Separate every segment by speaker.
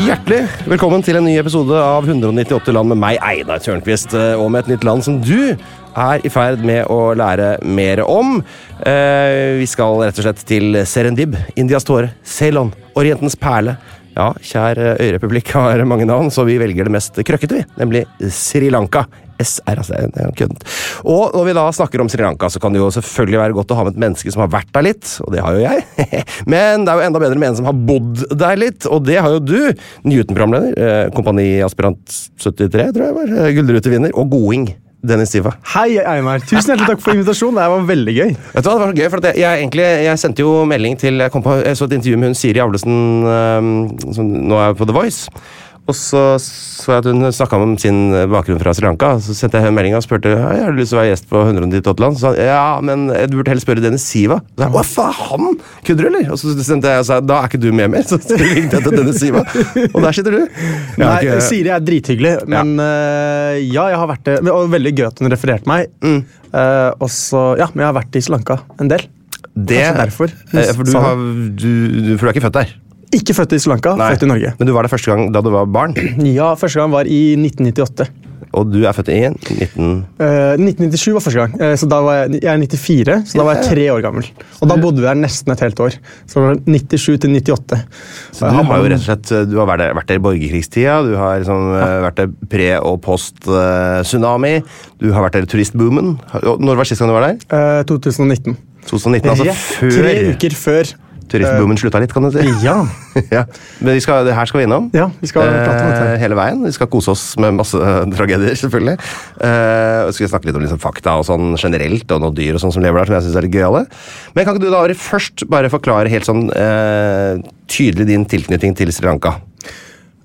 Speaker 1: Hjertelig velkommen til en ny episode av 198 land med meg, Einar Tørnquist, eh, og med et nytt land som du er i ferd med å lære mer om. Eh, Vi skal rett og slett til Serendib, Indias tåre, Ceylon, Orientens perle. Ja, kjær eh, øyrepublikk har mange navn, så vi velger det mest krøkkete, vi, nemlig Sri Lanka. SR, altså, det er jo køddent. Og når vi da snakker om Sri Lanka, så kan det jo selvfølgelig være godt å ha med et menneske som har vært der litt, og det har jo jeg. Men det er jo enda bedre med en som har bodd der litt, og det har jo du. Newton-programleder, eh, kompaniaspirant 73, tror jeg var, eh, gullrutevinner, og goding. Dennis Diva.
Speaker 2: Hei, Einar. Tusen hjertelig takk for invitasjonen. Det her var veldig gøy.
Speaker 1: Vet du hva, det var så gøy, for at jeg, jeg, egentlig, jeg sendte jo melding til Jeg, kom på, jeg så et intervju med hun Siri Avlesen, eh, som nå er på The Voice. Og så så jeg at hun snakka om sin bakgrunn fra Sri Lanka. Så sendte jeg henne melding og spurte «Hei, har du lyst til å være gjest på 198 land. Så sa hun ja, men du burde heller spørre Dennis Siva. Så jeg, Hva faen, han? Kødder du, eller? Og så sendte jeg og sa da er ikke du med mer. Så ringte jeg til Dennis Siva, og der sitter du. Jeg har
Speaker 2: Nei, eh,
Speaker 1: ikke-
Speaker 2: Siri er drithyggelig, men øh, ja, jeg har vært det. Men- Og veldig gøy at hun refererte meg.
Speaker 1: Mm.
Speaker 2: Eh, og så, ja, Men jeg har vært i Sri Lanka en del.
Speaker 1: det,
Speaker 2: Kanskje derfor.
Speaker 1: Eh, For du,
Speaker 2: Sa hun.
Speaker 1: har, du, du, for du er ikke født der?
Speaker 2: Ikke født i Sri Lanka, født i Norge.
Speaker 1: Men du var der første gang da du var barn,
Speaker 2: Ja, Første gang var i 1998.
Speaker 1: og du er født i 19...
Speaker 2: Eh, 1997 var første gang, eh, så da var jeg, jeg er 94, så da var jeg tre år gammel. Og da bodde vi der nesten et helt år. Så det var 97 til Eh, 98.
Speaker 1: Så du har jo rett og slett du har vært der, vært der i borgerkrigstida, du har liksom, eh, vært der pre- og post-tsunami, du har vært der i turistboomen. Har- og Når var sist gang du var der?
Speaker 2: Eh, 2019.
Speaker 1: 2019, altså
Speaker 2: Rett
Speaker 1: før
Speaker 2: Tre uker før. eh,
Speaker 1: turistboomen slutta litt, kan du si.
Speaker 2: Ja.
Speaker 1: ja. Men vi skal, det her skal vi innom.
Speaker 2: Ja, vi skal prate om dette.
Speaker 1: Eh, hele veien. Vi skal kose oss med masse eh, tragedier, selvfølgelig. Eh, og vi skal snakke litt om liksom, fakta og sånn generelt, og noen dyr og sånn som lever der, som jeg syns er litt gøyale. Men kan ikke du da Ari, først bare forklare helt sånn eh, tydelig din tilknytning til Sri Lanka?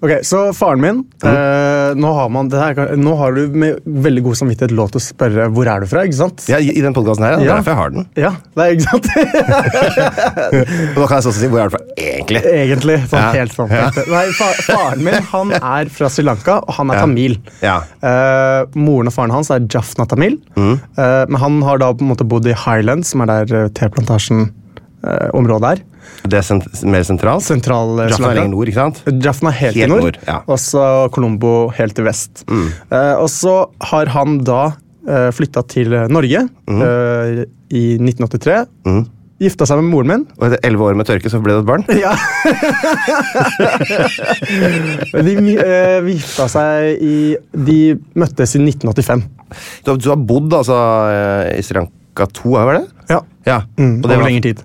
Speaker 2: Ok, så faren min eh, nå, har man, det her, nå har du med veldig god samvittighet lov til å spørre hvor er du fra, ikke sant?
Speaker 1: Ja, I i den podkasten her, ja. Det er
Speaker 2: Ja.
Speaker 1: derfor jeg har den.
Speaker 2: Ja, det er ikke sant?
Speaker 1: Og da kan jeg så også si hvor er det fra egentlig.
Speaker 2: Egentlig. Sånn
Speaker 1: Ja.
Speaker 2: helt sånn. Nei, fa faren min han er fra Sri Lanka, og han er
Speaker 1: Ja.
Speaker 2: tamil.
Speaker 1: Ja.
Speaker 2: Eh, moren og faren hans er Jafna Tamil, Eh, men han har da på en måte bodd i Highlands, som er der eh, teplantasjen-området er.
Speaker 1: Det er sent mer sentralt.
Speaker 2: Sentral eh, Sri
Speaker 1: Jaffa er
Speaker 2: Lanka.
Speaker 1: lenger nord, ikke sant?
Speaker 2: Jaffna helt,
Speaker 1: Helt
Speaker 2: i nord,
Speaker 1: nord, ja. Mm.
Speaker 2: og så Colombo helt i vest. Eh, og så har
Speaker 1: Mm.
Speaker 2: han da uh, flytta til eh, Norge eh, i 1983. Gifta seg med moren min.
Speaker 1: Og etter elleve år med tørke, så ble det et barn?
Speaker 2: Ja. de eh, vi gifta seg i De møttes i 1985.
Speaker 1: Du har, du har bodd altså, eh, i Sri Lanka to år, var det?
Speaker 2: Ja.
Speaker 1: Ja.
Speaker 2: Mm, over lengre tid.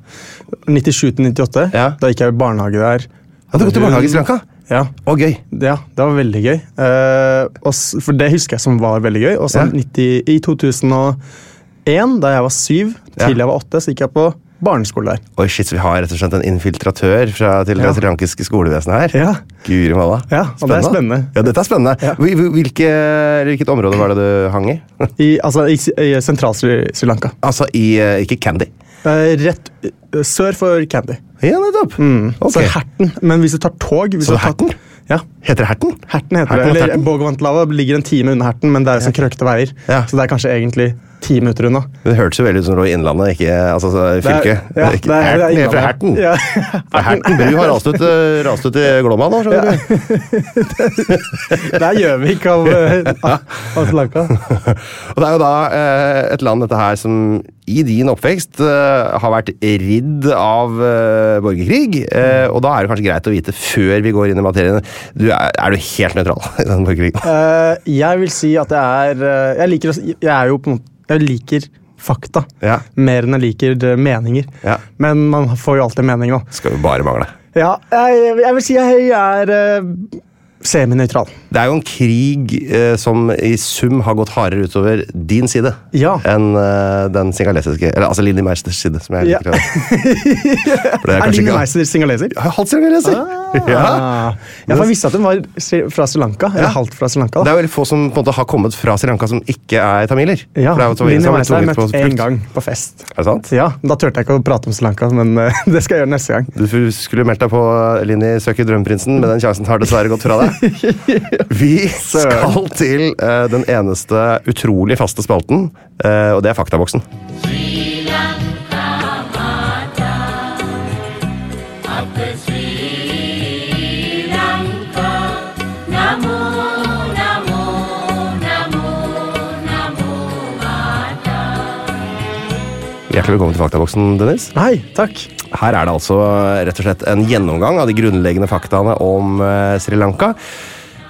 Speaker 2: 97 til 98.
Speaker 1: Ja.
Speaker 2: Da gikk jeg i barnehage der.
Speaker 1: Hadde du gått i barnehage i Sri Lanka?
Speaker 2: Ja.
Speaker 1: Å, gøy.
Speaker 2: ja, det var veldig gøy. Eh, og, s- for det husker jeg som var veldig gøy. Og så
Speaker 1: Ja.
Speaker 2: 90 i 2001, da jeg var syv,
Speaker 1: Ja.
Speaker 2: til jeg var åtte, så gikk jeg på barneskole der.
Speaker 1: Oi, shit, så Vi har rett og slett en infiltratør fra, til
Speaker 2: Ja.
Speaker 1: det srilankiske skolevesenet her.
Speaker 2: Ja.
Speaker 1: Guri malla.
Speaker 2: Ja, og det er spennende.
Speaker 1: Ja, dette er spennende.
Speaker 2: Ja.
Speaker 1: Hvil- hvil- Hvilke, eller hvilket område var det du hang i?
Speaker 2: I, altså, i, S- i sentral-Sri Lanka.
Speaker 1: altså i eh, Ikke Candy.
Speaker 2: Eh, rett eh, sør for Candy.
Speaker 1: Ja, nettopp. Mm. Ok.
Speaker 2: Så Herten. Men hvis du tar tog hvis
Speaker 1: Så
Speaker 2: du tar-
Speaker 1: Herten?
Speaker 2: Ja.
Speaker 1: Heter det Herten?
Speaker 2: Herten heter
Speaker 1: Herten,
Speaker 2: det. Eller
Speaker 1: Herten.
Speaker 2: Bogvantlava ligger en time unna Herten, men det er jo som krøkte veier.
Speaker 1: Ja.
Speaker 2: Så det er kanskje egentlig ti minutter unna.
Speaker 1: Det hørtes jo veldig ut som det lå i Innlandet, ikke altså, så-
Speaker 2: Det er-
Speaker 1: fylket.
Speaker 2: ja,
Speaker 1: Ikke-
Speaker 2: det er-
Speaker 1: Herten
Speaker 2: det er
Speaker 1: er fra
Speaker 2: Innlandet.
Speaker 1: Herten.
Speaker 2: Ja.
Speaker 1: For Herten bru har rast ut, eh, rast ut i Glomma nå, skjønner du.
Speaker 2: Det er Gjøvik av, eh, av av Sri Lanka.
Speaker 1: Og det er jo da eh, et land dette her som i din oppvekst eh, har vært ridd av eh, borgerkrig. Eh, og da er det kanskje greit å vite før vi går inn i materien du er, er du helt nøytral i den borgerkrigen?
Speaker 2: Eh, jeg vil si at jeg er eh, Jeg liker, å- jeg er jo på en måte, jeg liker fakta
Speaker 1: Ja.
Speaker 2: mer enn jeg liker eh, meninger.
Speaker 1: Ja.
Speaker 2: Men man får jo alltid mening nå.
Speaker 1: Skal jo bare mangle.
Speaker 2: Ja, jeg, jeg vil si jeg er eh, seminøytral.
Speaker 1: Det er jo en krig eh, som i sum har gått hardere utover din side
Speaker 2: Ja.
Speaker 1: enn eh, den singalesiske Eller altså Linni Meisters side, som jeg
Speaker 2: Ja.
Speaker 1: liker å For det er
Speaker 2: Er
Speaker 1: kanskje
Speaker 2: Line
Speaker 1: ikke
Speaker 2: Meister singaleser?
Speaker 1: Har jeg Halvt singaleser! Ja.
Speaker 2: Ah, ja, for jeg visste at hun var Sri- fra Sri Lanka.
Speaker 1: Ja.
Speaker 2: Eller halvt fra Sri Lanka.
Speaker 1: Det
Speaker 2: Da.
Speaker 1: er jo veldig få som på en måte har kommet fra Sri Lanka som ikke er tamiler.
Speaker 2: Ja,
Speaker 1: For det er jo så mange
Speaker 2: Line
Speaker 1: som har
Speaker 2: Meister har jeg
Speaker 1: tvunget på
Speaker 2: møtt én
Speaker 1: flukt.
Speaker 2: gang på fest.
Speaker 1: Er det sant?
Speaker 2: Ja, Da turte jeg ikke å prate om Sri Lanka, men eh, det skal jeg gjøre neste gang.
Speaker 1: Du f- skulle meldt deg på Linni søker drømmeprinsen, men den sjansen har dessverre gått fra deg. Vi skal til eh, den eneste utrolig faste spalten, eh, og det er Faktaboksen. Hjertelig velkommen til Faktaboksen, Dennis.
Speaker 2: Nei, takk.
Speaker 1: Her er det altså rett og slett en gjennomgang av de grunnleggende faktaene om eh, Sri Lanka.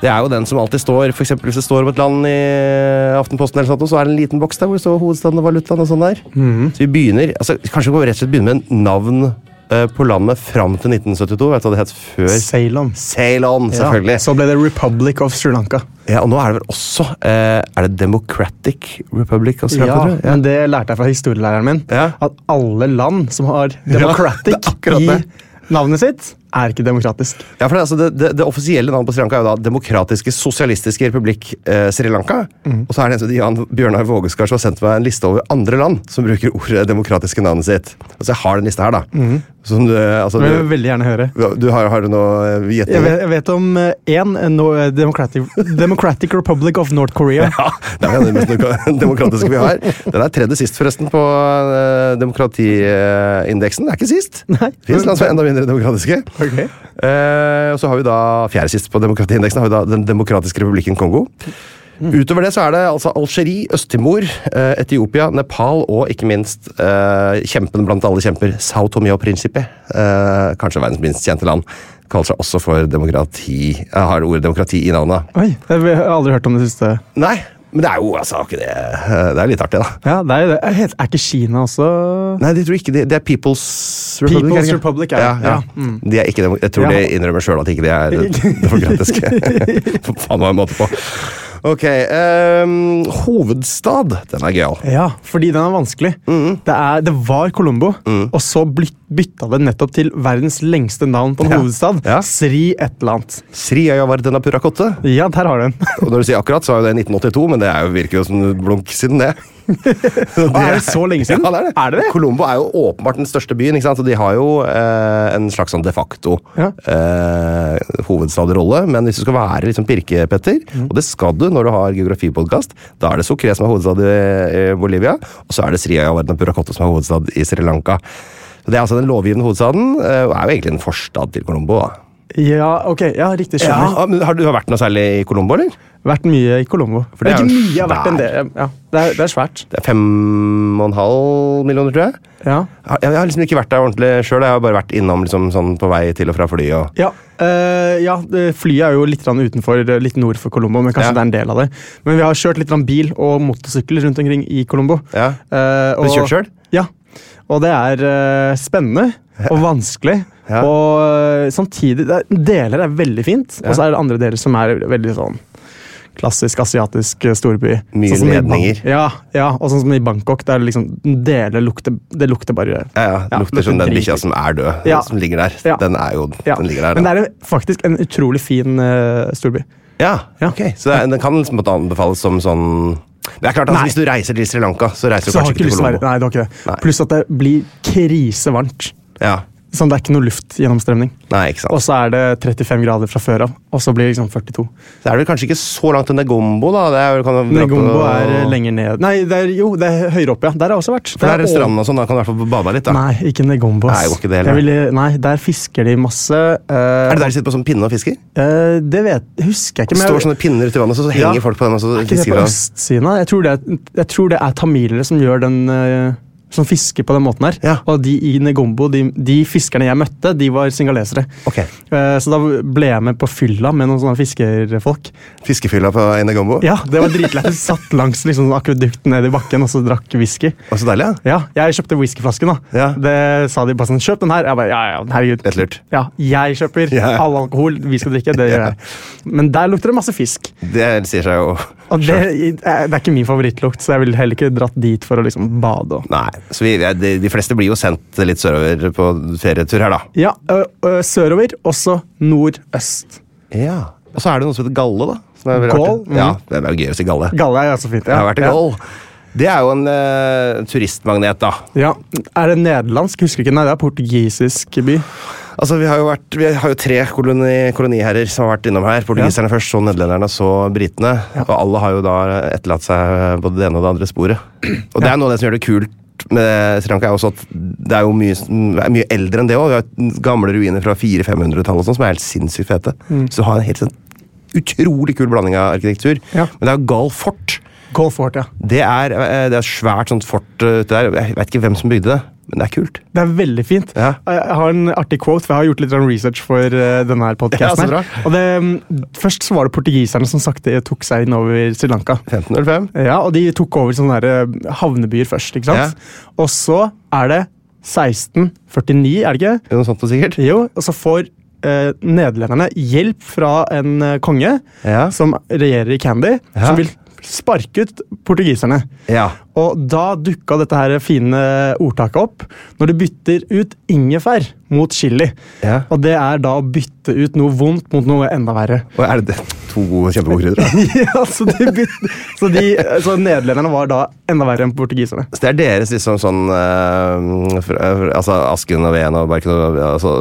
Speaker 1: Det er jo den som alltid står for eksempel Hvis det står om et land i eh, Aftenposten, eller sånt, så er det en liten boks der hvor det står hovedstaden og valutaen. og sånn der.
Speaker 2: Mhm.
Speaker 1: Så vi begynner, altså Kanskje vi kan rett og slett begynne med navn eh, på landet fram til 1972. Vet du hva det het før?
Speaker 2: Ceylon.
Speaker 1: Ceylon, selvfølgelig.
Speaker 2: Ja, så ble det Republic of Sri Lanka.
Speaker 1: Ja, og nå er det vel også eh, Er det Democratic Republic of Sri
Speaker 2: Ja,
Speaker 1: Lanka, tror jeg?
Speaker 2: men Det lærte jeg fra historielæreren min.
Speaker 1: Ja.
Speaker 2: At alle land som har
Speaker 1: det
Speaker 2: 'democratic'
Speaker 1: er akkurat det.
Speaker 2: i navnet sitt, er ikke demokratisk.
Speaker 1: Ja, for det, er altså, det, det, det offisielle navnet på Sri Lanka er jo da Demokratiske Sosialistiske Republikk eh, Sri Lanka. Og så er det en som heter Jan Bjørnar Vågeskar som har sendt meg en liste over andre land som bruker ordet demokratiske navnet sitt. Altså, jeg har den lista her, da. Som du, altså,
Speaker 2: Det vil jeg
Speaker 1: du,
Speaker 2: veldig gjerne høre.
Speaker 1: du har, har du noe eh,
Speaker 2: Jeg
Speaker 1: gjetning?
Speaker 2: vet, jeg vet om eh, én democratic, democratic Republic of North Korea.
Speaker 1: Ja, det er jo det mest noe demokratiske vi har. Den er tredje sist, forresten, på eh, demokratiindeksen. Det er ikke sist.
Speaker 2: Nei.
Speaker 1: Det fins land som er enda mindre demokratiske.
Speaker 2: Ok.
Speaker 1: Eh, og så har vi da fjerde sist på demokratiindeksen har vi da Den demokratiske republikken Kongo. Utover det så er det altså Algerie, Øst-Timor, eh, Etiopia, Nepal og ikke minst eh, kjempen blant alle kjemper, Sao Tomé og Principe. Eh, kanskje verdens minst kjente land. Kaller seg også for demokrati. eh, har ordet demokrati i navnet.
Speaker 2: Oi, jeg har aldri hørt om det siste.
Speaker 1: Nei, men det er jo altså ikke det eh, Det er litt artig, da.
Speaker 2: Ja, det Er, jo det. Er- er ikke Kina også
Speaker 1: Nei, de tror ikke det. Det er People's Republic.
Speaker 2: People's
Speaker 1: er det ikke?
Speaker 2: Republic, ja.
Speaker 1: ja. ja.
Speaker 2: Ja, Mm.
Speaker 1: De er ikke demo- jeg tror
Speaker 2: Ja.
Speaker 1: de innrømmer sjøl at ikke de er demokratiske. På faen meg en måte på. Ok. ehm, hovedstad. Den er gøyal.
Speaker 2: Ja, fordi den er vanskelig. Det, er, det var Colombo, og så blyt- bytta det nettopp til verdens lengste navn på en
Speaker 1: Ja.
Speaker 2: hovedstad.
Speaker 1: Ja.
Speaker 2: Sri et eller annet.
Speaker 1: Sriajavardena Purakotte.
Speaker 2: Ja, der har du den.
Speaker 1: Og når du sier akkurat, så er jo det 1982, men det er jo, virker jo som blunk siden det.
Speaker 2: Å, er det så lenge siden?
Speaker 1: Ja, det er det.
Speaker 2: Er det det?
Speaker 1: Colombo er jo åpenbart den største byen, ikke sant? og de har jo eh, en slags sånn de facto
Speaker 2: Ja.
Speaker 1: eh, hovedstadrolle. Men hvis du skal være liksom pirkepetter,
Speaker 2: Mm.
Speaker 1: og det skal du når du har geografipodkast, da er det Sucre som er hovedstad i, i Bolivia, og så er det Sriajavardena Puracotte som er hovedstad i Sri Lanka. Så Det er altså den lovgivende hovedstaden, eh, og er jo egentlig en forstad til Colombo. da.
Speaker 2: Ja, ok, ja, riktig. Skjønner.
Speaker 1: Ja, men har du har vært noe særlig i Colombo, eller?
Speaker 2: Vært mye i Colombo.
Speaker 1: For det
Speaker 2: Ikke
Speaker 1: er jo
Speaker 2: mye, jeg har vært en
Speaker 1: svær.
Speaker 2: del. Ja, det, er, det er svært.
Speaker 1: Det er fem og en halv millioner, tror jeg.
Speaker 2: Ja.
Speaker 1: Jeg, jeg har liksom ikke vært der ordentlig sjøl. Jeg har bare vært innom liksom, sånn på vei til og fra flyet. Og...
Speaker 2: Ja, eh, ja det, flyet er jo litt grann utenfor, eh, litt nord for Colombo, men kanskje
Speaker 1: Ja.
Speaker 2: det er en del av det. Men vi har kjørt litt grann bil og motorsykkel rundt omkring i Colombo.
Speaker 1: Ja. Har
Speaker 2: Eh,
Speaker 1: du kjørt selv?
Speaker 2: Ja. Og det er eh, spennende og vanskelig.
Speaker 1: Ja.
Speaker 2: Og eh, samtidig det er, Deler er veldig fint, og så er det andre deler som er veldig sånn klassisk asiatisk eh, storby.
Speaker 1: Mye
Speaker 2: som i Bang-
Speaker 1: ledninger.
Speaker 2: Ja, ja, og sånn som i Bangkok, der liksom deler lukter Det lukter bare
Speaker 1: Ja, ja, det
Speaker 2: Ja,
Speaker 1: lukter som den
Speaker 2: lukter
Speaker 1: bikkja som er død,
Speaker 2: Ja.
Speaker 1: som ligger der.
Speaker 2: Ja.
Speaker 1: Den er jo
Speaker 2: ja.
Speaker 1: den ligger der.
Speaker 2: Men
Speaker 1: da.
Speaker 2: det er en- faktisk en utrolig fin eh, storby.
Speaker 1: Ja,
Speaker 2: Ja.
Speaker 1: ok. Så det er, den kan liksom på en måte anbefales som sånn Det er klart altså,
Speaker 2: Nei.
Speaker 1: Hvis du reiser til Sri Lanka, så reiser du
Speaker 2: Så jeg har
Speaker 1: kanskje ikke
Speaker 2: ikke
Speaker 1: til
Speaker 2: lyst til å være
Speaker 1: Colombo.
Speaker 2: Nei, det har ikke det.
Speaker 1: Nei.
Speaker 2: Pluss at det blir krisevarmt.
Speaker 1: Ja.
Speaker 2: Sånn, det er ikke noe luftgjennomstrømning.
Speaker 1: Nei, ikke sant.
Speaker 2: Og så er det 35 grader fra før av, og så blir det liksom 42.
Speaker 1: Så er det vel kanskje ikke så langt til Negombo, da. Det er, vel- kan du dra på-
Speaker 2: Negombo er eh, lenger ned Nei, det er, jo, det er høyere opp, ja. Der har jeg også vært.
Speaker 1: For der er
Speaker 2: over-
Speaker 1: stranden og sånn, da kan du i hvert fall bade litt. da.
Speaker 2: Nei, ikke Negombo. ass.
Speaker 1: Nei, det går ikke det heller.
Speaker 2: jeg ville- nei, der fisker de masse. eh,
Speaker 1: Er det der de sitter på sånn pinne og fisker?
Speaker 2: eh, det vet, husker jeg ikke.
Speaker 1: Det
Speaker 2: men jeg-
Speaker 1: står sånne pinner ute i vannet, så, så henger
Speaker 2: Ja.
Speaker 1: folk på dem. og så
Speaker 2: Er ikke det
Speaker 1: fisker de.
Speaker 2: på østsiden? da? Jeg tror det, er- jeg tror det er tamilere som gjør den eh, som fisker på den måten her.
Speaker 1: Ja.
Speaker 2: Og de i Negombo, de, de fiskerne jeg møtte, de var singalesere.
Speaker 1: Ok.
Speaker 2: Eh, Så da ble jeg med på fylla med noen sånne fiskerfolk.
Speaker 1: Fiskefylla på Negombo?
Speaker 2: Ja, Det var dritlættis. Satt langs liksom, sånn akvedukt ned i bakken og så drakk whisky.
Speaker 1: Og så deilig, ja.
Speaker 2: Ja, Jeg kjøpte whiskyflasken. da.
Speaker 1: Ja.
Speaker 2: Det sa de bare sånn 'Kjøp den her.' Jeg bare, ja, ja, herregud.
Speaker 1: Lett lurt.
Speaker 2: Ja, Jeg kjøper
Speaker 1: Ja.
Speaker 2: all alkohol vi skal drikke. det gjør
Speaker 1: Ja.
Speaker 2: jeg. Men der lukter det masse fisk.
Speaker 1: Det sier seg jo
Speaker 2: Og det, eh,
Speaker 1: selv.
Speaker 2: det er ikke min favorittlukt, så jeg ville heller ikke dratt dit for å liksom bade. og-
Speaker 1: Nei, så vi, ja, de, de fleste blir jo sendt litt sørover på ferietur her, da.
Speaker 2: Ja, ø, ø, sørover, også nordøst.
Speaker 1: Ja. Og så er det noe som heter galle, da. Som er veldig
Speaker 2: Galle?
Speaker 1: artig. Ja, det er jo gøy å si galle.
Speaker 2: Galle er jo så fint. Ja.
Speaker 1: Jeg har vært i
Speaker 2: ja.
Speaker 1: Galle. Det er jo en eh, turistmagnet, da.
Speaker 2: Ja. Er det nederlandsk? Husker ikke. Nei, det er portugisisk by.
Speaker 1: Altså, vi har jo, vært, vi har jo tre koloni, koloniherrer som har vært innom her. Portugiserne først, så nederlenderne, så britene. Og alle har jo da etterlatt seg både det ene og det andre sporet. Og det er noe av det som gjør det kult med Sri Lanka, er også at det er jo mye, det er mye eldre enn det òg. Vi har jo gamle ruiner fra 400-500-tallet og sånn, som er helt sinnssykt fete. Så du har en helt sånn utrolig kul blanding av arkitektur.
Speaker 2: Ja.
Speaker 1: Men det er jo gal fort.
Speaker 2: Golf Fort, ja.
Speaker 1: Det er, eh, det er svært sånt fort eh, ute der. Jeg vet ikke hvem som bygde det, men det er kult.
Speaker 2: Det er veldig fint.
Speaker 1: Ja.
Speaker 2: Jeg jeg har en artig quote, for jeg har gjort litt sånn research for eh, denne her
Speaker 1: Ja, så
Speaker 2: podkasten.
Speaker 1: bra.
Speaker 2: og det, mm, først så var det portugiserne som sakte tok seg inn over Sri Lanka.
Speaker 1: 1505.
Speaker 2: Ja, og de tok over sånne der, eh, havnebyer først, ikke sant? Og så er det 1649, er det ikke?
Speaker 1: Er det Noe sånt noe sikkert.
Speaker 2: Jo, og så får eh, nederlenderne hjelp fra en eh, konge
Speaker 1: Ja.
Speaker 2: som regjerer i Candy,
Speaker 1: Ja.
Speaker 2: som vil sparke ut portugiserne.
Speaker 1: Ja.
Speaker 2: Og da dukka dette her fine ordtaket opp når du bytter ut ingefær mot chili.
Speaker 1: Ja.
Speaker 2: Og det er da å bytte ut noe vondt mot noe enda verre.
Speaker 1: Og er det to kjempegode krydder? da?
Speaker 2: ja, så, de byt, så, de, så nederlenderne var da enda verre enn portugiserne.
Speaker 1: Så det er deres liksom sånn eh, fra- fra- Altså Asken og veden og barken og altså,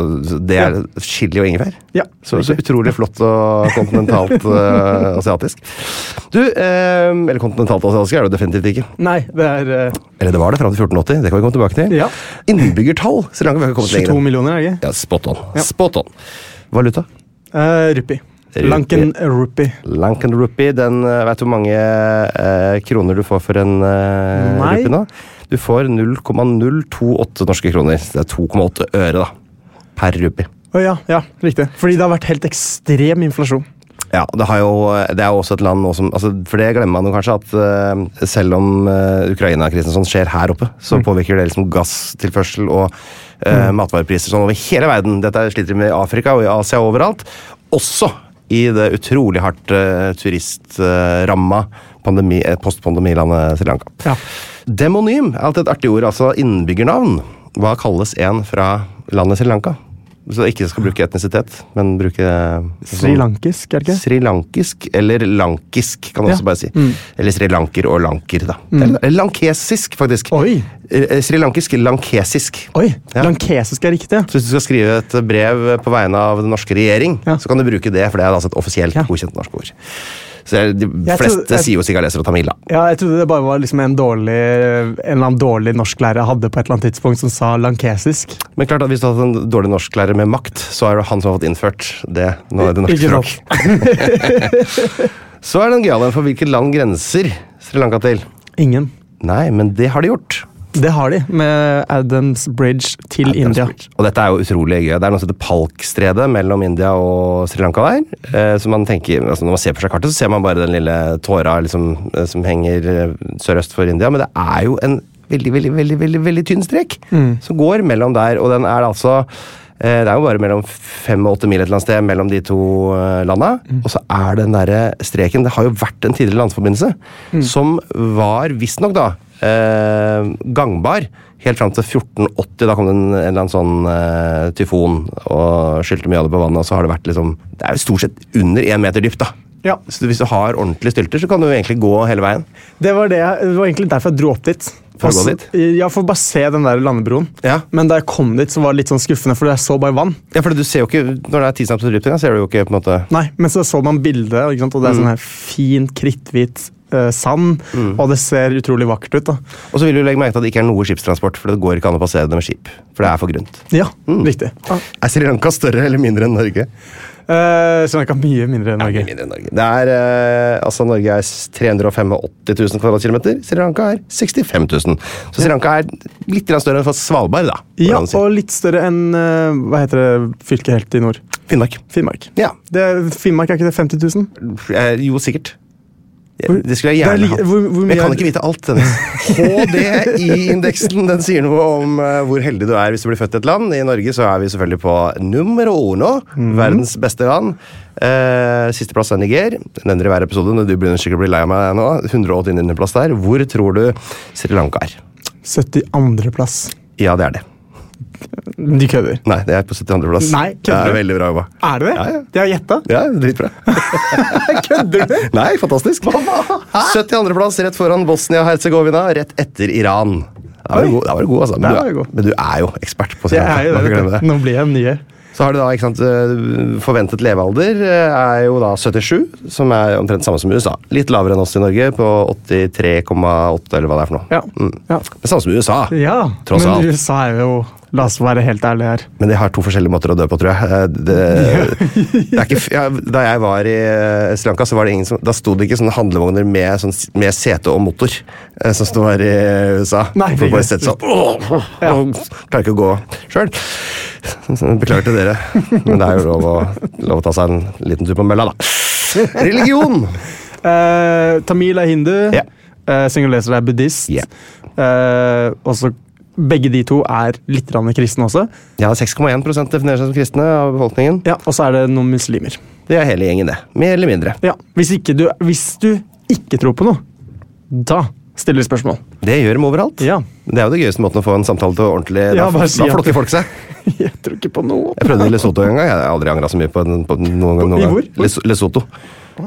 Speaker 1: Det er chili og ingefær.
Speaker 2: Ja,
Speaker 1: Så, så utrolig flott og kontinentalt eh, asiatisk. Du, eh, eller kontinentalt asiatisk er det jo definitivt ikke.
Speaker 2: Nei, det er eh,
Speaker 1: Eller det var det fram til 1480. Det kan vi komme tilbake til.
Speaker 2: Ja.
Speaker 1: Innbyggertall Sri Lanka vi har ikke kommet
Speaker 2: 22
Speaker 1: lenger.
Speaker 2: millioner, er det ikke?
Speaker 1: Ja, spot on.
Speaker 2: Ja.
Speaker 1: Spot on. Valuta?
Speaker 2: Eh, rupi.
Speaker 1: Rupi.
Speaker 2: Lanken rupi.
Speaker 1: Lankan rupee, den eh, vet du hvor mange eh, kroner du får for en eh,
Speaker 2: Nei.
Speaker 1: rupee nå? Du får 0,028 norske kroner. Det er 2,8 øre da, per rupee.
Speaker 2: Å ja, ja, riktig. Fordi det har vært helt ekstrem inflasjon.
Speaker 1: Ja, og det, har jo, det er jo også et land nå som altså, For det glemmer man jo kanskje, at eh, selv om eh, Ukraina-krisen og sånn skjer her oppe, så
Speaker 2: Mm.
Speaker 1: påvirker det liksom gasstilførsel og eh, matvarepriser sånn over hele verden. Dette sliter vi med i Afrika og i Asia og overalt. Også i det utrolig hardt eh, turistramma pandemi, eh, postpandemilandet Sri Lanka.
Speaker 2: Ja.
Speaker 1: Demonym er alltid et artig ord, altså innbyggernavn. Hva kalles en fra landet Sri Lanka? Så ikke skal bruke etnisitet, men bruke
Speaker 2: Sri Lankisk, er det ikke?
Speaker 1: Srilankisk eller lankisk, kan man
Speaker 2: Ja. Mm.
Speaker 1: også bare si. Eller srilanker og lanker, da. Eller lankesisk, faktisk.
Speaker 2: Oi.
Speaker 1: Eh, eh, Srilankisk lankesisk.
Speaker 2: Oi,
Speaker 1: Ja.
Speaker 2: lankesisk er riktig. ja.
Speaker 1: Så hvis du skal skrive et brev på vegne av den norske regjering,
Speaker 2: Ja.
Speaker 1: så kan du bruke det, for det er altså et offisielt
Speaker 2: Ja.
Speaker 1: godkjent norsk ord. Så jeg, de
Speaker 2: Jeg
Speaker 1: fleste
Speaker 2: tror- jeg-
Speaker 1: sier jo sikkert fra Tamil, da.
Speaker 2: Ja, jeg trodde det bare var liksom en dårlig En eller annen dårlig norsklærer jeg hadde på et eller annet tidspunkt som sa lankesisk.
Speaker 1: Men klart at hvis du hadde hatt en dårlig norsklærer med makt, så er det han som har fått innført det. Nå er det norske
Speaker 2: Ikke
Speaker 1: språk. så er det en gøyal en for hvilket land grenser Sri Lanka til.
Speaker 2: Ingen.
Speaker 1: Nei, men det har de gjort.
Speaker 2: Det har de, med Adams Bridge til India.
Speaker 1: Og dette er jo utrolig gøy. Det er noe som heter Palkstredet mellom India og Sri Lanka der. Eh, så man tenker, altså Når man ser på seg kartet, så ser man bare den lille tåra liksom, eh, som henger eh, sørøst for India, men det er jo en veldig, veldig, veldig veldig, veldig tynn strek som går mellom der, og den er altså eh, det er jo bare mellom fem og åtte mil et eller annet sted mellom de to eh, landa. Og så er den derre streken Det har jo vært en tidligere landsforbindelse som var visstnok, da, eh, gangbar helt fram til 1480. Da kom det en, en eller annen sånn eh, tyfon og skylte mye av det på vannet. Og så har det vært liksom Det er jo stort sett under én meter dypt, da.
Speaker 2: Ja.
Speaker 1: Så hvis du har ordentlige stylter, så kan du jo egentlig gå hele veien.
Speaker 2: Det var, det, jeg- det var egentlig derfor jeg dro opp dit.
Speaker 1: For å gå
Speaker 2: Altså, Ja, for å bare se den der landebroen.
Speaker 1: Ja.
Speaker 2: Men da jeg kom dit, så var det litt sånn skuffende, for jeg så bare vann.
Speaker 1: Ja, for du ser jo ikke Når det er ti centimeter dypt, engang, ser du jo ikke på en måte
Speaker 2: Nei, Men så så man bildet, ikke sant? og
Speaker 1: Mm.
Speaker 2: det er sånn her fin, kritthvit eh, sand. Og det ser utrolig vakkert ut. da.
Speaker 1: Og så vil du legge merke til at det ikke er noe skipstransport, for det går ikke an å passere det med skip. For det er for grunt.
Speaker 2: Ja,
Speaker 1: Mm.
Speaker 2: riktig. Ja.
Speaker 1: Er Sri Lanka større eller mindre enn Norge?
Speaker 2: Eh, Sri Lanka er mye mindre enn Norge.
Speaker 1: Mindre enn Norge. Det er, eh, altså Norge er 385 000 kvadratkilometer. Sri Lanka er 65 000. Så Sri Lanka er litt grann større enn for Svalbard, da.
Speaker 2: Ja,
Speaker 1: hvordan man sier.
Speaker 2: og litt større enn eh, hva heter det fylket helt i nord?
Speaker 1: sånn. Finnmark.
Speaker 2: Finnmark.
Speaker 1: Ja.
Speaker 2: Det, Finnmark er ikke det 50 000?
Speaker 1: Eh, Jo, sikkert. Eh,
Speaker 2: Hvor-
Speaker 1: Det skulle jeg
Speaker 2: Det er
Speaker 1: gjerne
Speaker 2: li-
Speaker 1: hatt.
Speaker 2: hvor- hvor
Speaker 1: Men jeg
Speaker 2: mye
Speaker 1: kan
Speaker 2: er-
Speaker 1: ikke vite alt. denne HDI-indeksen den sier noe om eh, hvor heldig du er hvis du blir født i et land. I Norge så er vi selvfølgelig på numero uno, verdens beste land. Eh, Sisteplass er Niger. Jeg nevner i hver episode når du begynner sikkert å bli lei av meg nå. 189. plass der. Hvor tror du Sri Lanka er?
Speaker 2: 72. plass.
Speaker 1: Ja, det er det.
Speaker 2: De kødder.
Speaker 1: Nei, det er på 72. plass.
Speaker 2: Nei,
Speaker 1: det
Speaker 2: kødder
Speaker 1: er
Speaker 2: du?
Speaker 1: veldig bra jobba.
Speaker 2: Er det det?
Speaker 1: Ja, ja.
Speaker 2: De har gjetta?
Speaker 1: Ja, dritbra.
Speaker 2: Kødder du?
Speaker 1: Nei, fantastisk. 72. plass, rett foran Bosnia-Hercegovina, rett etter Iran. Da var du
Speaker 2: Oi.
Speaker 1: god, da var du god altså. Men,
Speaker 2: Der
Speaker 1: du,
Speaker 2: var jeg god.
Speaker 1: er- men du er jo ekspert på
Speaker 2: Jeg er jo
Speaker 1: Må
Speaker 2: det,
Speaker 1: ikke glemme
Speaker 2: vet du.
Speaker 1: det.
Speaker 2: Nå blir jeg den nye.
Speaker 1: Så har du da, ikke sant, eh, Forventet levealder eh, er jo da 77, som er omtrent samme som USA. Litt lavere enn oss i Norge, på 83,8 eller hva det er for noe.
Speaker 2: Ja.
Speaker 1: Mm.
Speaker 2: ja.
Speaker 1: Men Samme som USA,
Speaker 2: ja.
Speaker 1: tross
Speaker 2: Men
Speaker 1: alt.
Speaker 2: USA er jo La oss være helt ærlige her.
Speaker 1: Men de har to forskjellige måter å dø på, tror jeg. Eh, Det, det er ikke, f- ja, da jeg var i eh, Sri Lanka, så var det ingen som, da sto det ikke sånne handlevogner med, sånn, s- med sete og motor, eh, som det var i USA.
Speaker 2: Nei,
Speaker 1: For
Speaker 2: det-
Speaker 1: bare sett sånn åh, åh, Klarer ikke å gå sjøl. Beklager til dere, men det er jo lov å, lov å ta seg en liten tur på mølla, da. Religion!
Speaker 2: Eh, Tamil er hindu.
Speaker 1: Ja.
Speaker 2: Eh, singaleser er buddhist.
Speaker 1: Ja.
Speaker 2: Eh, også, begge de to er litt grann kristne også.
Speaker 1: Ja, 6,1 definerer seg som kristne av befolkningen.
Speaker 2: Ja, og så er det noen muslimer.
Speaker 1: Det er hele gjengen, det. Mer eller mindre.
Speaker 2: Ja, hvis, ikke du, hvis du ikke tror på noe, da stiller vi spørsmål.
Speaker 1: Det gjør de overalt.
Speaker 2: Ja.
Speaker 1: Det er jo det gøyeste måten å få en samtale til å ordentlig
Speaker 2: Ja,
Speaker 1: Da,
Speaker 2: bare si
Speaker 1: da
Speaker 2: at-
Speaker 1: flokker folk seg.
Speaker 2: Jeg tror ikke på noe.
Speaker 1: Jeg prøvde i Lesotho en gang. Jeg har aldri angra så mye på, en- på noen gang. Noen
Speaker 2: I
Speaker 1: gang.
Speaker 2: hvor?
Speaker 1: Les, Lesotho.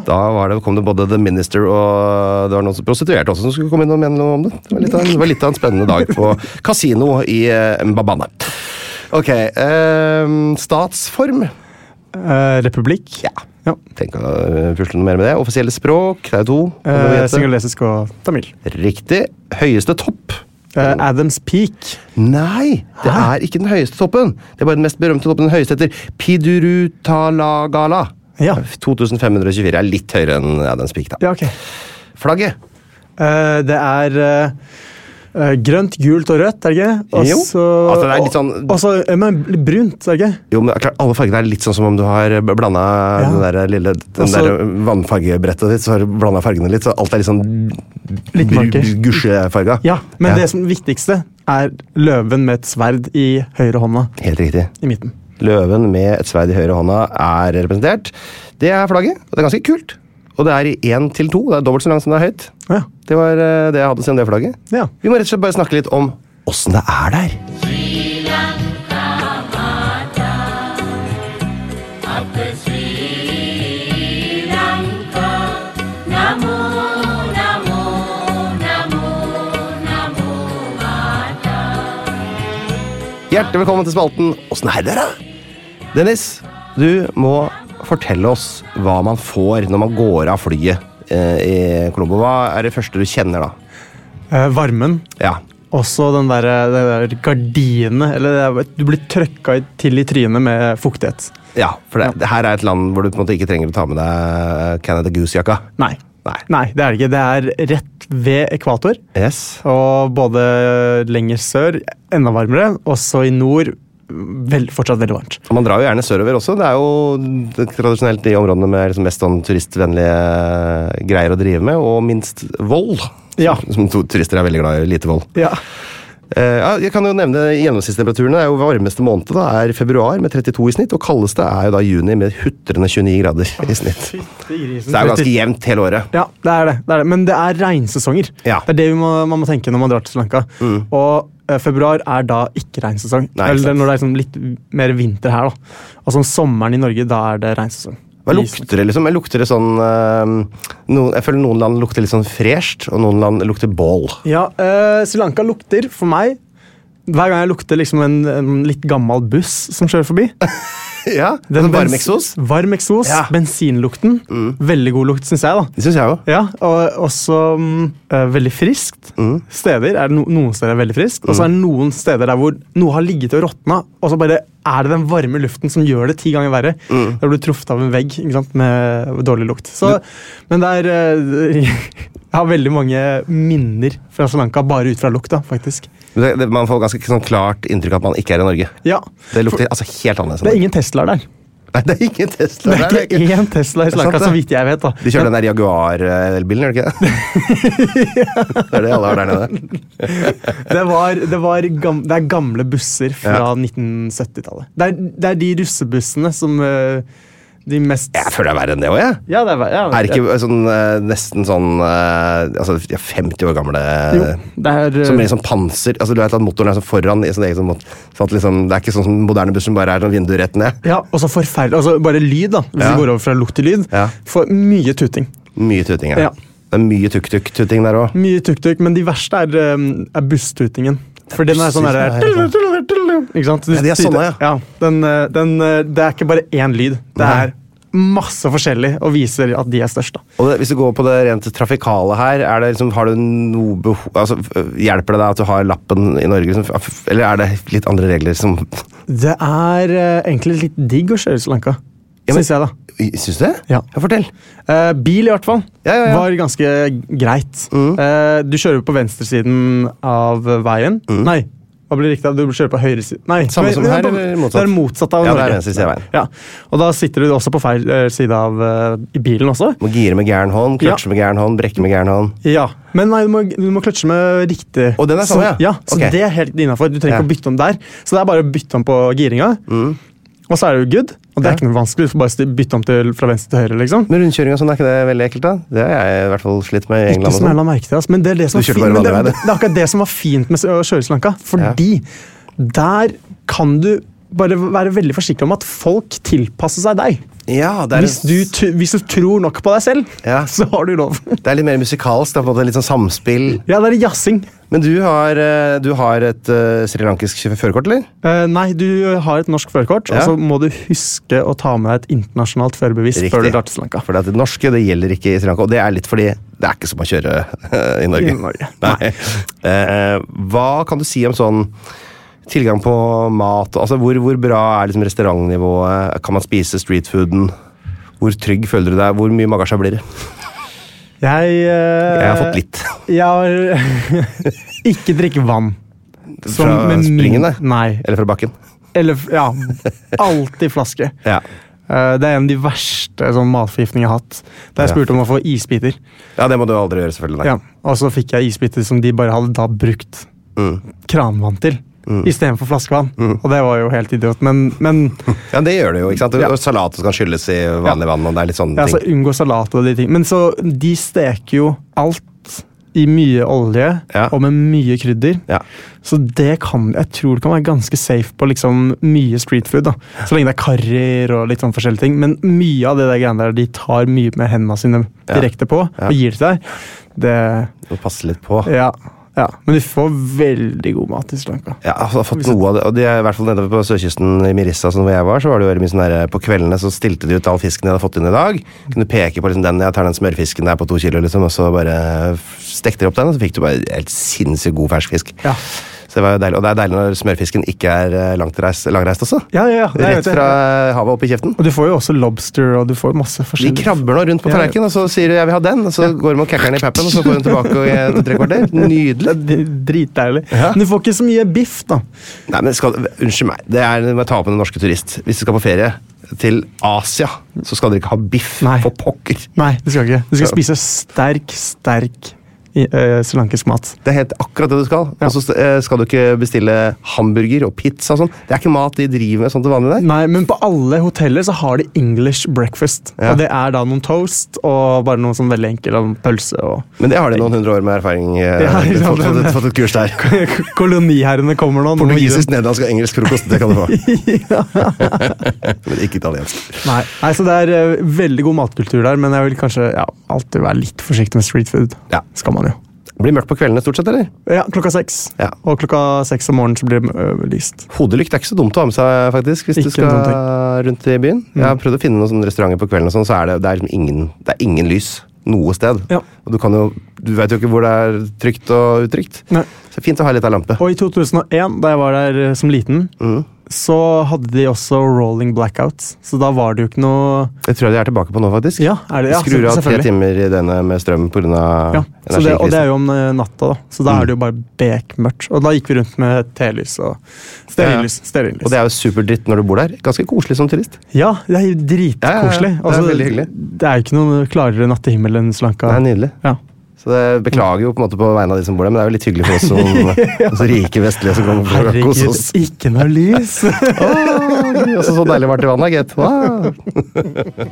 Speaker 1: Da var det, kom det både The Minister og det var noen som prostituerte også som skulle komme inn og mene noe om det. Det var litt av en, det var litt av en spennende dag på kasino i eh, Mbabane. Ok. ehm, statsform.
Speaker 2: Eh, republikk.
Speaker 1: Ja.
Speaker 2: Ja.
Speaker 1: Tenk å eh, pusle noe mer med det. Offisielle språk. Det er jo to. det må vi
Speaker 2: Eh,
Speaker 1: vite.
Speaker 2: singalesisk og tamil.
Speaker 1: Riktig. Høyeste topp.
Speaker 2: Eh, Adams Peak.
Speaker 1: Nei, det
Speaker 2: Hæ?
Speaker 1: er ikke den høyeste toppen. Det er bare den mest berømte toppen. Den høyeste heter Pidurutalagala.
Speaker 2: Ja.
Speaker 1: 2524 er litt høyere enn Adams Peak. da.
Speaker 2: Ja, ok.
Speaker 1: Flagget.
Speaker 2: Eh, det er eh, eh, grønt, gult og rødt, er det ikke? Og
Speaker 1: Jo.
Speaker 2: så-
Speaker 1: Altså, det er litt sånn-
Speaker 2: Og så eh, men litt brunt, er det ikke?
Speaker 1: Jo, men det er klart, Alle fargene er litt sånn som om du har blanda
Speaker 2: Ja.
Speaker 1: den der lille den
Speaker 2: Altså-
Speaker 1: der vannfargebrettet ditt. Så har du blandet fargene litt, så alt er litt sånn
Speaker 2: Litt
Speaker 1: bru-
Speaker 2: mørkere.
Speaker 1: gusjefarga.
Speaker 2: Ja, men
Speaker 1: Ja.
Speaker 2: det som viktigste er løven med et sverd i høyre hånda
Speaker 1: Helt riktig.
Speaker 2: i midten.
Speaker 1: Løven med et sverd i høyre hånda er representert. Det er flagget, og det er ganske kult. Og det er i én til to. Det er dobbelt så langt som det er høyt.
Speaker 2: Ja.
Speaker 1: Det var eh, det jeg hadde å si om det flagget.
Speaker 2: Ja.
Speaker 1: Vi må rett og slett bare snakke litt om åssen det er der. Hjertelig velkommen til spalten Åssen er det der, da? Dennis, du må fortelle oss hva man får når man går av flyet eh, i Colombo. Hva er det første du kjenner, da?
Speaker 2: Eh, varmen.
Speaker 1: Ja.
Speaker 2: Også den der, det der gardinet Eller det er- du blir trøkka i- til i trynet med fuktighet.
Speaker 1: ja for det, det her er et land hvor du på en måte ikke trenger å ta med deg Canada Goose-jakka.
Speaker 2: Nei.
Speaker 1: Nei.
Speaker 2: Nei, det er det ikke. Det er rett ved ekvator.
Speaker 1: Yes.
Speaker 2: Og både lenger sør, enda varmere, og så i nord vel, fortsatt veldig varmt.
Speaker 1: Og Man drar jo gjerne sørover også. Det er jo det- tradisjonelt de områdene med liksom mest sånn turistvennlige greier å drive med, og minst vold.
Speaker 2: Ja.
Speaker 1: Som to turister er veldig glad i. Lite vold.
Speaker 2: Ja.
Speaker 1: Eh, ja, jeg kan jo nevne gjennomsnittstemperaturene. Det er jo varmeste måned da, er februar med 32 i snitt, og kaldeste er jo da juni med hutrende 29 grader i snitt. Så det er jo ganske jevnt hele året.
Speaker 2: Ja, det er det. det er det. Men det er regnsesonger.
Speaker 1: Ja. Mm.
Speaker 2: Det er det vi må, man må tenke når man drar til Sri Lanka. Og eh, februar er da ikke regnsesong.
Speaker 1: Nei, ikke
Speaker 2: Eller
Speaker 1: sant.
Speaker 2: når det er liksom litt mer vinter her. da. Altså om sommeren i Norge, da er det regnsesong.
Speaker 1: Hva lukter det, liksom? Jeg lukter det sånn eh, noen, Jeg føler noen land lukter litt sånn fresht, og noen land lukter bål.
Speaker 2: Ja, eh, Sri Lanka lukter for meg hver gang jeg lukter liksom en, en litt gammel buss som kjører forbi.
Speaker 1: Ja,
Speaker 2: Den
Speaker 1: sånn varm
Speaker 2: bens-
Speaker 1: eksos.
Speaker 2: Varm eksos,
Speaker 1: Ja. Mm.
Speaker 2: Bensinlukten. Veldig god lukt, syns jeg. da.
Speaker 1: Det syns jeg òg.
Speaker 2: Ja, og også mm, eh, veldig friskt. Steder er no, Noen steder er veldig friskt, og så er det noen steder der hvor noe har ligget og råtna, og så bare er det den varme luften som gjør det ti ganger verre. Da blir du truffet av en vegg ikke sant, med dårlig lukt. Så, men det er eh, Jeg har veldig mange minner fra Sri Lanka bare ut fra lukt, da, faktisk.
Speaker 1: Det- det- Man får ganske sånn klart inntrykk av at man ikke er i Norge.
Speaker 2: Ja,
Speaker 1: Det lukter altså helt annerledes. enn
Speaker 2: Det er
Speaker 1: Norge.
Speaker 2: ingen Teslaer der.
Speaker 1: Nei, det er ingen Tesla.
Speaker 2: Det er
Speaker 1: der,
Speaker 2: ikke én Tesla i
Speaker 1: Det er
Speaker 2: Sri
Speaker 1: sant,
Speaker 2: Lanka,
Speaker 1: det.
Speaker 2: så vidt jeg vet. da.
Speaker 1: De kjører den der Jaguar-elbilen, gjør de ikke det? det er det alle har der nede.
Speaker 2: Det, var, det, var gam, det er gamle busser fra 1970-tallet. Det, er- det er de russebussene som eh, De mest
Speaker 1: Jeg føler det er verre enn det òg, jeg.
Speaker 2: Ja, det er, ja,
Speaker 1: Er det ikke sånn, eh, nesten sånn eh, altså, de er 50 år gamle
Speaker 2: Jo, det er eh,
Speaker 1: Som blir sånn panser altså, du vet at Motoren er sånn foran. I sånn egen, sånn, måte, sånn at, liksom, det er ikke sånn som moderne buss som bare er sånn vindu rett ned.
Speaker 2: ja, og så forferdelig altså Bare lyd, da. Hvis
Speaker 1: Ja.
Speaker 2: vi går over fra lukt til lyd.
Speaker 1: Ja.
Speaker 2: For mye tuting.
Speaker 1: Mye tuting.
Speaker 2: Ja.
Speaker 1: Ja. Det er mye tuk-tuk-tuting der òg.
Speaker 2: Mye tuk-tuk, men de verste er, eh, er busstutingen. For den er sånn
Speaker 1: busser
Speaker 2: der,
Speaker 1: som er helt
Speaker 2: Ikke sant? Du
Speaker 1: Ja, de er
Speaker 2: sier det-
Speaker 1: sånne,
Speaker 2: ja. den, eh, den, eh, det er ikke bare én lyd. Det
Speaker 1: Nei.
Speaker 2: er masse forskjellig og viser at de er størst. da.
Speaker 1: Og det, hvis du går på det rent trafikale her, er det liksom, har du noe behov altså, f- Hjelper det deg at du har lappen i Norge? Liksom, F- eller er det litt andre regler som
Speaker 2: Det er eh, egentlig litt digg å kjøre i Sri Lanka.
Speaker 1: Ja, men-
Speaker 2: Syns jeg, da.
Speaker 1: Syns du det?
Speaker 2: Ja.
Speaker 1: fortell.
Speaker 2: Eh, bil, i hvert fall,
Speaker 1: Ja, ja, Mm. ja.
Speaker 2: var ganske greit. Eh, du kjører jo på venstresiden av veien. Nei, hva blir riktig? Du kjører på høyresiden Nei,
Speaker 1: Mm. Samme
Speaker 2: men-
Speaker 1: som
Speaker 2: men
Speaker 1: her,
Speaker 2: på-
Speaker 1: eller motsatt?
Speaker 2: Det er motsatt av
Speaker 1: Ja, det er
Speaker 2: Norge.
Speaker 1: venstresiden av veien.
Speaker 2: Ja. Og da sitter du også på feil eh, side av eh, i bilen også.
Speaker 1: Må gire med gæren hånd, kløtsje
Speaker 2: Ja.
Speaker 1: med gæren hånd, brekke med gæren hånd.
Speaker 2: Ja, Men nei, du må, du må kløtsje med riktig.
Speaker 1: Og den er
Speaker 2: så,
Speaker 1: samme, ja?
Speaker 2: ja så
Speaker 1: Ok.
Speaker 2: det er helt innafor. Du
Speaker 1: Ja.
Speaker 2: trenger ikke
Speaker 1: Mm.
Speaker 2: å bytte om der. Så det er bare å bytte om på giringa. Og så er det jo good. Og det
Speaker 1: Ja.
Speaker 2: er ikke noe vanskelig. Du får bare sti- bytte om til fra venstre til høyre. liksom.
Speaker 1: Men rundkjøringa sånn, er ikke det veldig ekkelt, da? Det har jeg i hvert fall slitt med i
Speaker 2: Ikke
Speaker 1: England. og
Speaker 2: som
Speaker 1: sånn.
Speaker 2: jeg la merke til, ass, men det er, det,
Speaker 1: Du
Speaker 2: som er
Speaker 1: kjørte
Speaker 2: fint,
Speaker 1: bare
Speaker 2: men det,
Speaker 1: vanlig vei,
Speaker 2: det
Speaker 1: du.
Speaker 2: er akkurat det som var fint med å kjøre i Sri Lanka. Fordi der kan du bare være veldig forsiktig om at folk tilpasser seg deg.
Speaker 1: Ja, det er,
Speaker 2: Hvis du, t hvis du tror nok på deg selv,
Speaker 1: Ja.
Speaker 2: så har du lov.
Speaker 1: det er litt mer musikalsk. Det er på en måte litt sånn samspill.
Speaker 2: Ja, det er jazzing.
Speaker 1: Men du har, eh, du har et uh, srilankisk førerkort, eller?
Speaker 2: Eh, nei, du har et norsk førerkort,
Speaker 1: Ja.
Speaker 2: og så må du huske å ta med deg et internasjonalt førerbevis før du drar til Sri Lanka.
Speaker 1: Fordi at det norske det gjelder ikke i Sri Lanka. Og det er litt fordi det er ikke som å kjøre eh, i Norge.
Speaker 2: I Norge.
Speaker 1: Nei. Eh, hva kan du si om sånn tilgang på mat? Altså, hvor, hvor bra er liksom restaurantnivået? Kan man spise streetfooden? Hvor trygg føler du deg? Hvor mye magasja blir det?
Speaker 2: Jeg, eh,
Speaker 1: Jeg har fått litt.
Speaker 2: Jeg har Ikke drikk vann. Som
Speaker 1: Fra
Speaker 2: med min-
Speaker 1: springene?
Speaker 2: Nei.
Speaker 1: Eller fra bakken?
Speaker 2: Eller ja, alltid flaske.
Speaker 1: Ja.
Speaker 2: Eh, Det er en av de verste sånn, matforgiftningene jeg har hatt. Da jeg
Speaker 1: Ja.
Speaker 2: spurte om å få isbiter.
Speaker 1: ja, det må du aldri gjøre, selvfølgelig.
Speaker 2: Ja,
Speaker 1: Nei.
Speaker 2: og så fikk jeg isbiter som de bare hadde da brukt
Speaker 1: Mm.
Speaker 2: kranvann til. Istedenfor flaskevann. Og det var jo helt idiot. Men, men
Speaker 1: Ja. det gjør du jo. ikke sant? Og Salat som kan skylles i vanlig vann. og det er litt sånne
Speaker 2: ja, så
Speaker 1: ting.
Speaker 2: unngå salat og de ting. Men så de steker jo alt i mye olje
Speaker 1: Ja.
Speaker 2: og med mye krydder.
Speaker 1: Ja.
Speaker 2: Så det kan, jeg tror det kan være ganske safe på liksom mye street food. da. Så lenge det er karrier og litt sånn forskjellige ting. Men mye av det der greiene der de tar mye med hendene sine direkte på og gir til deg, det
Speaker 1: Du må passe litt på.
Speaker 2: altså- Ja. Ja, men du får veldig god mat i Sri Lanka.
Speaker 1: Ja, jeg har fått noe av det, og det er i hvert fall nede på sørkysten i Mirissa, som hvor jeg var, så var det jo veldig mye sånn der, på kveldene så stilte de ut all fisken de hadde fått inn i dag. Kunne peke på liksom, den, jeg tar den smørfisken der på to kilo, liksom, og så bare stekte de opp den, og så fikk du bare helt sinnssykt god fersk fisk.
Speaker 2: Ja.
Speaker 1: Så det var jo deilig, og det er deilig når smørfisken ikke er eh, langtreist, langreist også.
Speaker 2: Ja, ja, ja. Nei, jeg
Speaker 1: Rett
Speaker 2: vet det.
Speaker 1: fra havet opp i kjeften.
Speaker 2: Og du får jo også lobster, og du får masse
Speaker 1: De
Speaker 2: forskjellige
Speaker 1: krabber nå rundt på
Speaker 2: Ja, ja.
Speaker 1: tallerkenen, og så sier de 'jeg vil ha den', og så går de og kakker den i pappen, og så får hun tilbake og eh, tre kvarter. Nydelig.
Speaker 2: Det er Dritdeilig.
Speaker 1: Ja.
Speaker 2: Men du får ikke så mye biff, da.
Speaker 1: Nei, men skal, Unnskyld meg, det er må jeg ta opp med den norske turist. Hvis du skal på ferie til Asia, så skal dere ikke ha biff.
Speaker 2: Nei.
Speaker 1: For pokker!
Speaker 2: Nei, du skal ikke. Du skal
Speaker 1: Ja.
Speaker 2: spise sterk, sterk i- eh, srilankisk mat.
Speaker 1: Det er helt akkurat det du skal.
Speaker 2: Ja.
Speaker 1: Og så eh, skal du ikke bestille hamburger og pizza og sånn. Det er ikke mat de driver med sånn til vanlig der.
Speaker 2: Nei, men på alle hoteller så har de English breakfast.
Speaker 1: Ja.
Speaker 2: Og det er da noen toast og bare noe sånn veldig enkelt, og noen pølse og
Speaker 1: Men det har de noen hundre år med erfaring. Eh,
Speaker 2: Ja, ikke sant,
Speaker 1: fått, fått,
Speaker 2: men-
Speaker 1: fått et kurs der.
Speaker 2: Koloniherrene kommer nå. nå må vi-
Speaker 1: Portugisisk, nederlandsk og engelsk frokost, det kan du få. Men ikke italiensk.
Speaker 2: Nei. Nei, så det er eh, veldig god matkultur der, men jeg vil kanskje ja, alltid være litt forsiktig med street food.
Speaker 1: Ja.
Speaker 2: Skal man jo.
Speaker 1: Det blir mørkt på kveldene stort sett, eller?
Speaker 2: Ja, klokka seks.
Speaker 1: Ja.
Speaker 2: Og klokka seks om morgenen så blir det ø, lyst.
Speaker 1: Hodelykt er ikke så dumt å ha med seg, faktisk, hvis du
Speaker 2: Ikke
Speaker 1: skal
Speaker 2: noen
Speaker 1: rundt i byen. Jeg
Speaker 2: Mm.
Speaker 1: har prøvd å finne noen sånne restauranter på kvelden, og sånn, så er det, det, er liksom ingen, det er ingen lys noe sted.
Speaker 2: Ja.
Speaker 1: Og du, kan jo, du vet jo ikke hvor det er trygt og utrygt.
Speaker 2: Nei.
Speaker 1: Så det er fint å ha litt av lampe. Mm.
Speaker 2: Og i 2001, da jeg var der eh, som liten, så hadde de også rolling blackouts. Så da var det jo ikke noe
Speaker 1: Det tror jeg de er tilbake på nå, faktisk.
Speaker 2: Ja, er det, ja
Speaker 1: Skrur av tre
Speaker 2: selvfølgelig.
Speaker 1: timer i denne med strøm pga.
Speaker 2: Ja,
Speaker 1: av
Speaker 2: så det, og det
Speaker 1: energikrisen.
Speaker 2: er jo om eh, natta, da. Så
Speaker 1: Mm.
Speaker 2: da er det jo bare bekmørkt. Og da gikk vi rundt med telys og stearinlys. stearinlys.
Speaker 1: Og det er jo superdritt når du bor der. Ganske koselig som turist.
Speaker 2: Ja, det er jo
Speaker 1: Ja, ja, ja.
Speaker 2: dritkoselig. Altså,
Speaker 1: Det er veldig hyggelig.
Speaker 2: det er jo ikke noen klarere natt i himmelen enn Slanka.
Speaker 1: Det er nydelig.
Speaker 2: Ja.
Speaker 1: Så det Beklager jo på en måte på vegne av de som bor der, men det er jo litt hyggelig for oss som, oss rike vestlige som kommer for å kose
Speaker 2: Herregud,
Speaker 1: oss.
Speaker 2: ikke noe lys!
Speaker 1: Åh, også så deilig varmt i vannet, gitt. Wow.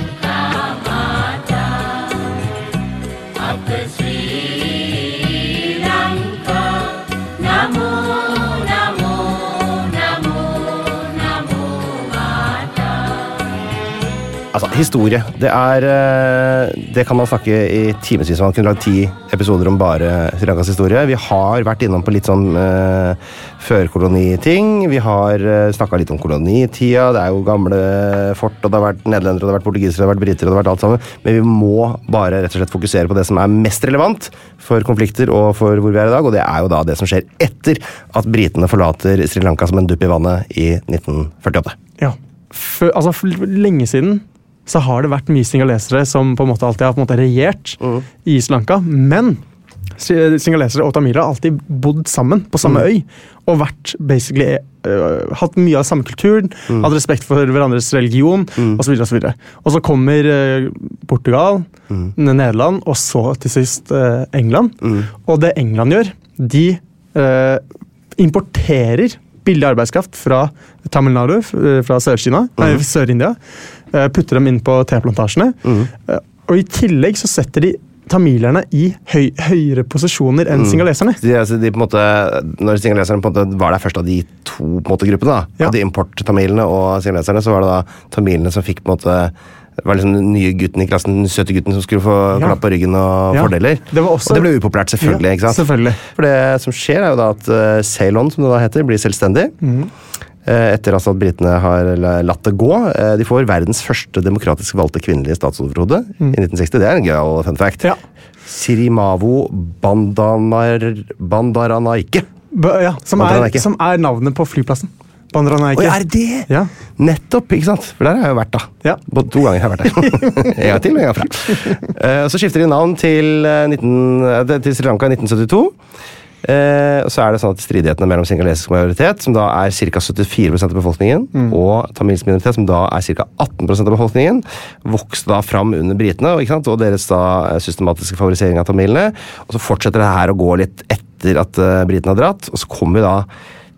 Speaker 1: Altså, historie. Det er eh, Det kan man snakke i timevis om. Man kunne lagd ti episoder om bare Sri Lankas historie. Vi har vært innom på litt sånn eh, førkoloniting. Vi har uh, snakka litt om kolonitida. Det er jo gamle fort, og det har vært nederlendere, og det har vært portugisere, og det har vært briter, og det har vært alt sammen. Men vi må bare rett og slett fokusere på det som er mest relevant for konflikter og for hvor vi er i dag, og det er jo da det som skjer etter at britene forlater Sri Lanka som en dupp i vannet i 1948.
Speaker 2: Ja. Før, altså, for lenge siden så har det vært mye singalesere som på en måte alltid har på en måte regjert
Speaker 1: Mm.
Speaker 2: i Sri Lanka. Men si- singalesere og tamiler har alltid bodd sammen på samme øy og vært basically øh, hatt mye av samme kulturen, hatt respekt for hverandres religion osv. Og, så videre. og så kommer øh, Portugal, Nederland og så til sist øh, England. Og det England gjør, de øh, importerer billig arbeidskraft fra Tamil Nadu, f- øh, fra Sør-Kina, nei, Sør-India. øh, Putter dem inn på teplantasjene.
Speaker 1: Mm.
Speaker 2: øh, Og i tillegg så setter de tamilerne i høy, høyere posisjoner enn singaleserne.
Speaker 1: De, altså, de på en måte, når singaleserne på en måte var der først av de to på en måte, gruppene, da,
Speaker 2: Ja.
Speaker 1: av de importtamilene og singaleserne, så var det da tamilene som fikk på en måte det var liksom den nye gutten i klassen, den søte gutten som skulle få
Speaker 2: Ja.
Speaker 1: klapp på ryggen og
Speaker 2: Ja.
Speaker 1: fordeler.
Speaker 2: Det var også-
Speaker 1: Og det ble upopulært, selvfølgelig.
Speaker 2: Ja,
Speaker 1: ikke sant?
Speaker 2: selvfølgelig.
Speaker 1: For det som skjer, er jo da at eh, Ceylon, som det da heter, blir selvstendig.
Speaker 2: Mhm.
Speaker 1: Eh, Etter altså at britene har la- latt det gå. Eh, De får verdens første demokratisk valgte kvinnelige statsoverhode i 1960. Det er en gøyal fun fact.
Speaker 2: Mhm. Ja.
Speaker 1: Sirimavo Bandanar, Bandaranaike.
Speaker 2: B- ja, som, er,
Speaker 1: Bandaranaike.
Speaker 2: som er navnet på flyplassen. Bandaranaike.
Speaker 1: Oi, er det det?!
Speaker 2: Ja.
Speaker 1: Nettopp! ikke sant? For der har jeg jo vært, da.
Speaker 2: Ja.
Speaker 1: Både to ganger har jeg vært der. en gang til og en gang fra. Eh, så skifter de navn til, eh, 19, eh, det- til Sri Lanka i 1972. Eh, og så er det sånn at Stridighetene mellom singalesisk majoritet, som da er ca. 74 av befolkningen, og tamilsk minoritet, som da er ca. 18 av befolkningen, vokste da fram under britene og, ikke sant? og deres da eh, systematiske favorisering av tamilene. Og så fortsetter det her å gå litt etter at eh, britene har dratt, og så kommer vi da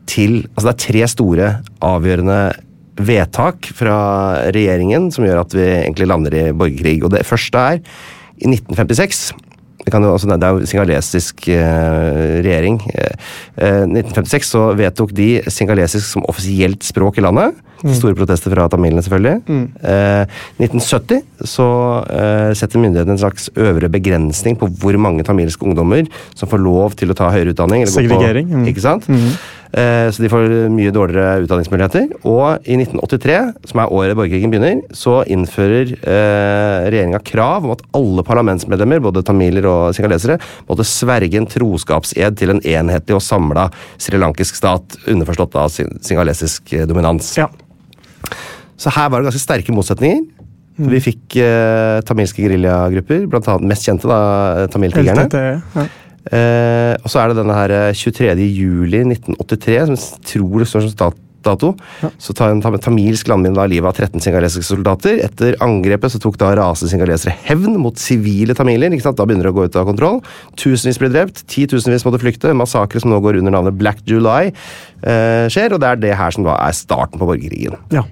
Speaker 1: til Altså det er tre store avgjørende vedtak fra regjeringen som gjør at vi egentlig lander i borgerkrig. Og det første er i 1956. Det, kan jo, altså, det er jo singalesisk eh, regjering. I 1956 så vedtok de singalesisk som offisielt språk i landet.
Speaker 2: Mm.
Speaker 1: Store protester fra tamilene, selvfølgelig. Eh, 1970 så eh, setter myndighetene en slags øvre begrensning på hvor mange tamilske ungdommer som får lov til å ta høyere utdanning. eller gå på-
Speaker 2: Segregering, mm.
Speaker 1: Ikke sant? Eh, Så de får mye dårligere utdanningsmuligheter. Og i 1983, som er året borgerkrigen begynner, så innfører eh, regjeringa krav om at alle parlamentsmedlemmer, både tamiler og singalesere, måtte sverge en troskapsed til en enhetlig og samla srilankisk stat, underforstått av sin- singalesisk eh, dominans.
Speaker 2: Ja.
Speaker 1: Så her var det ganske sterke motsetninger. Vi fikk eh, tamilske geriljagrupper, blant annet mest kjente, da, eh, tamiltiggerne.
Speaker 2: LTT, ja.
Speaker 1: Eh, og så er det denne her eh, 23. juli 1983, som jeg tror det står som stat dato, så tar en tam tamilsk landmine da livet av 13 singalesiske soldater. Etter angrepet så tok da rasende singalesere hevn mot sivile tamiler. ikke sant? Da begynner det å gå ut av kontroll. Tusenvis ble drept, titusenvis måtte flykte. Massakre som nå går under navnet Black July eh, skjer, og det er det her som da er starten på borgerkrigen.
Speaker 2: ja.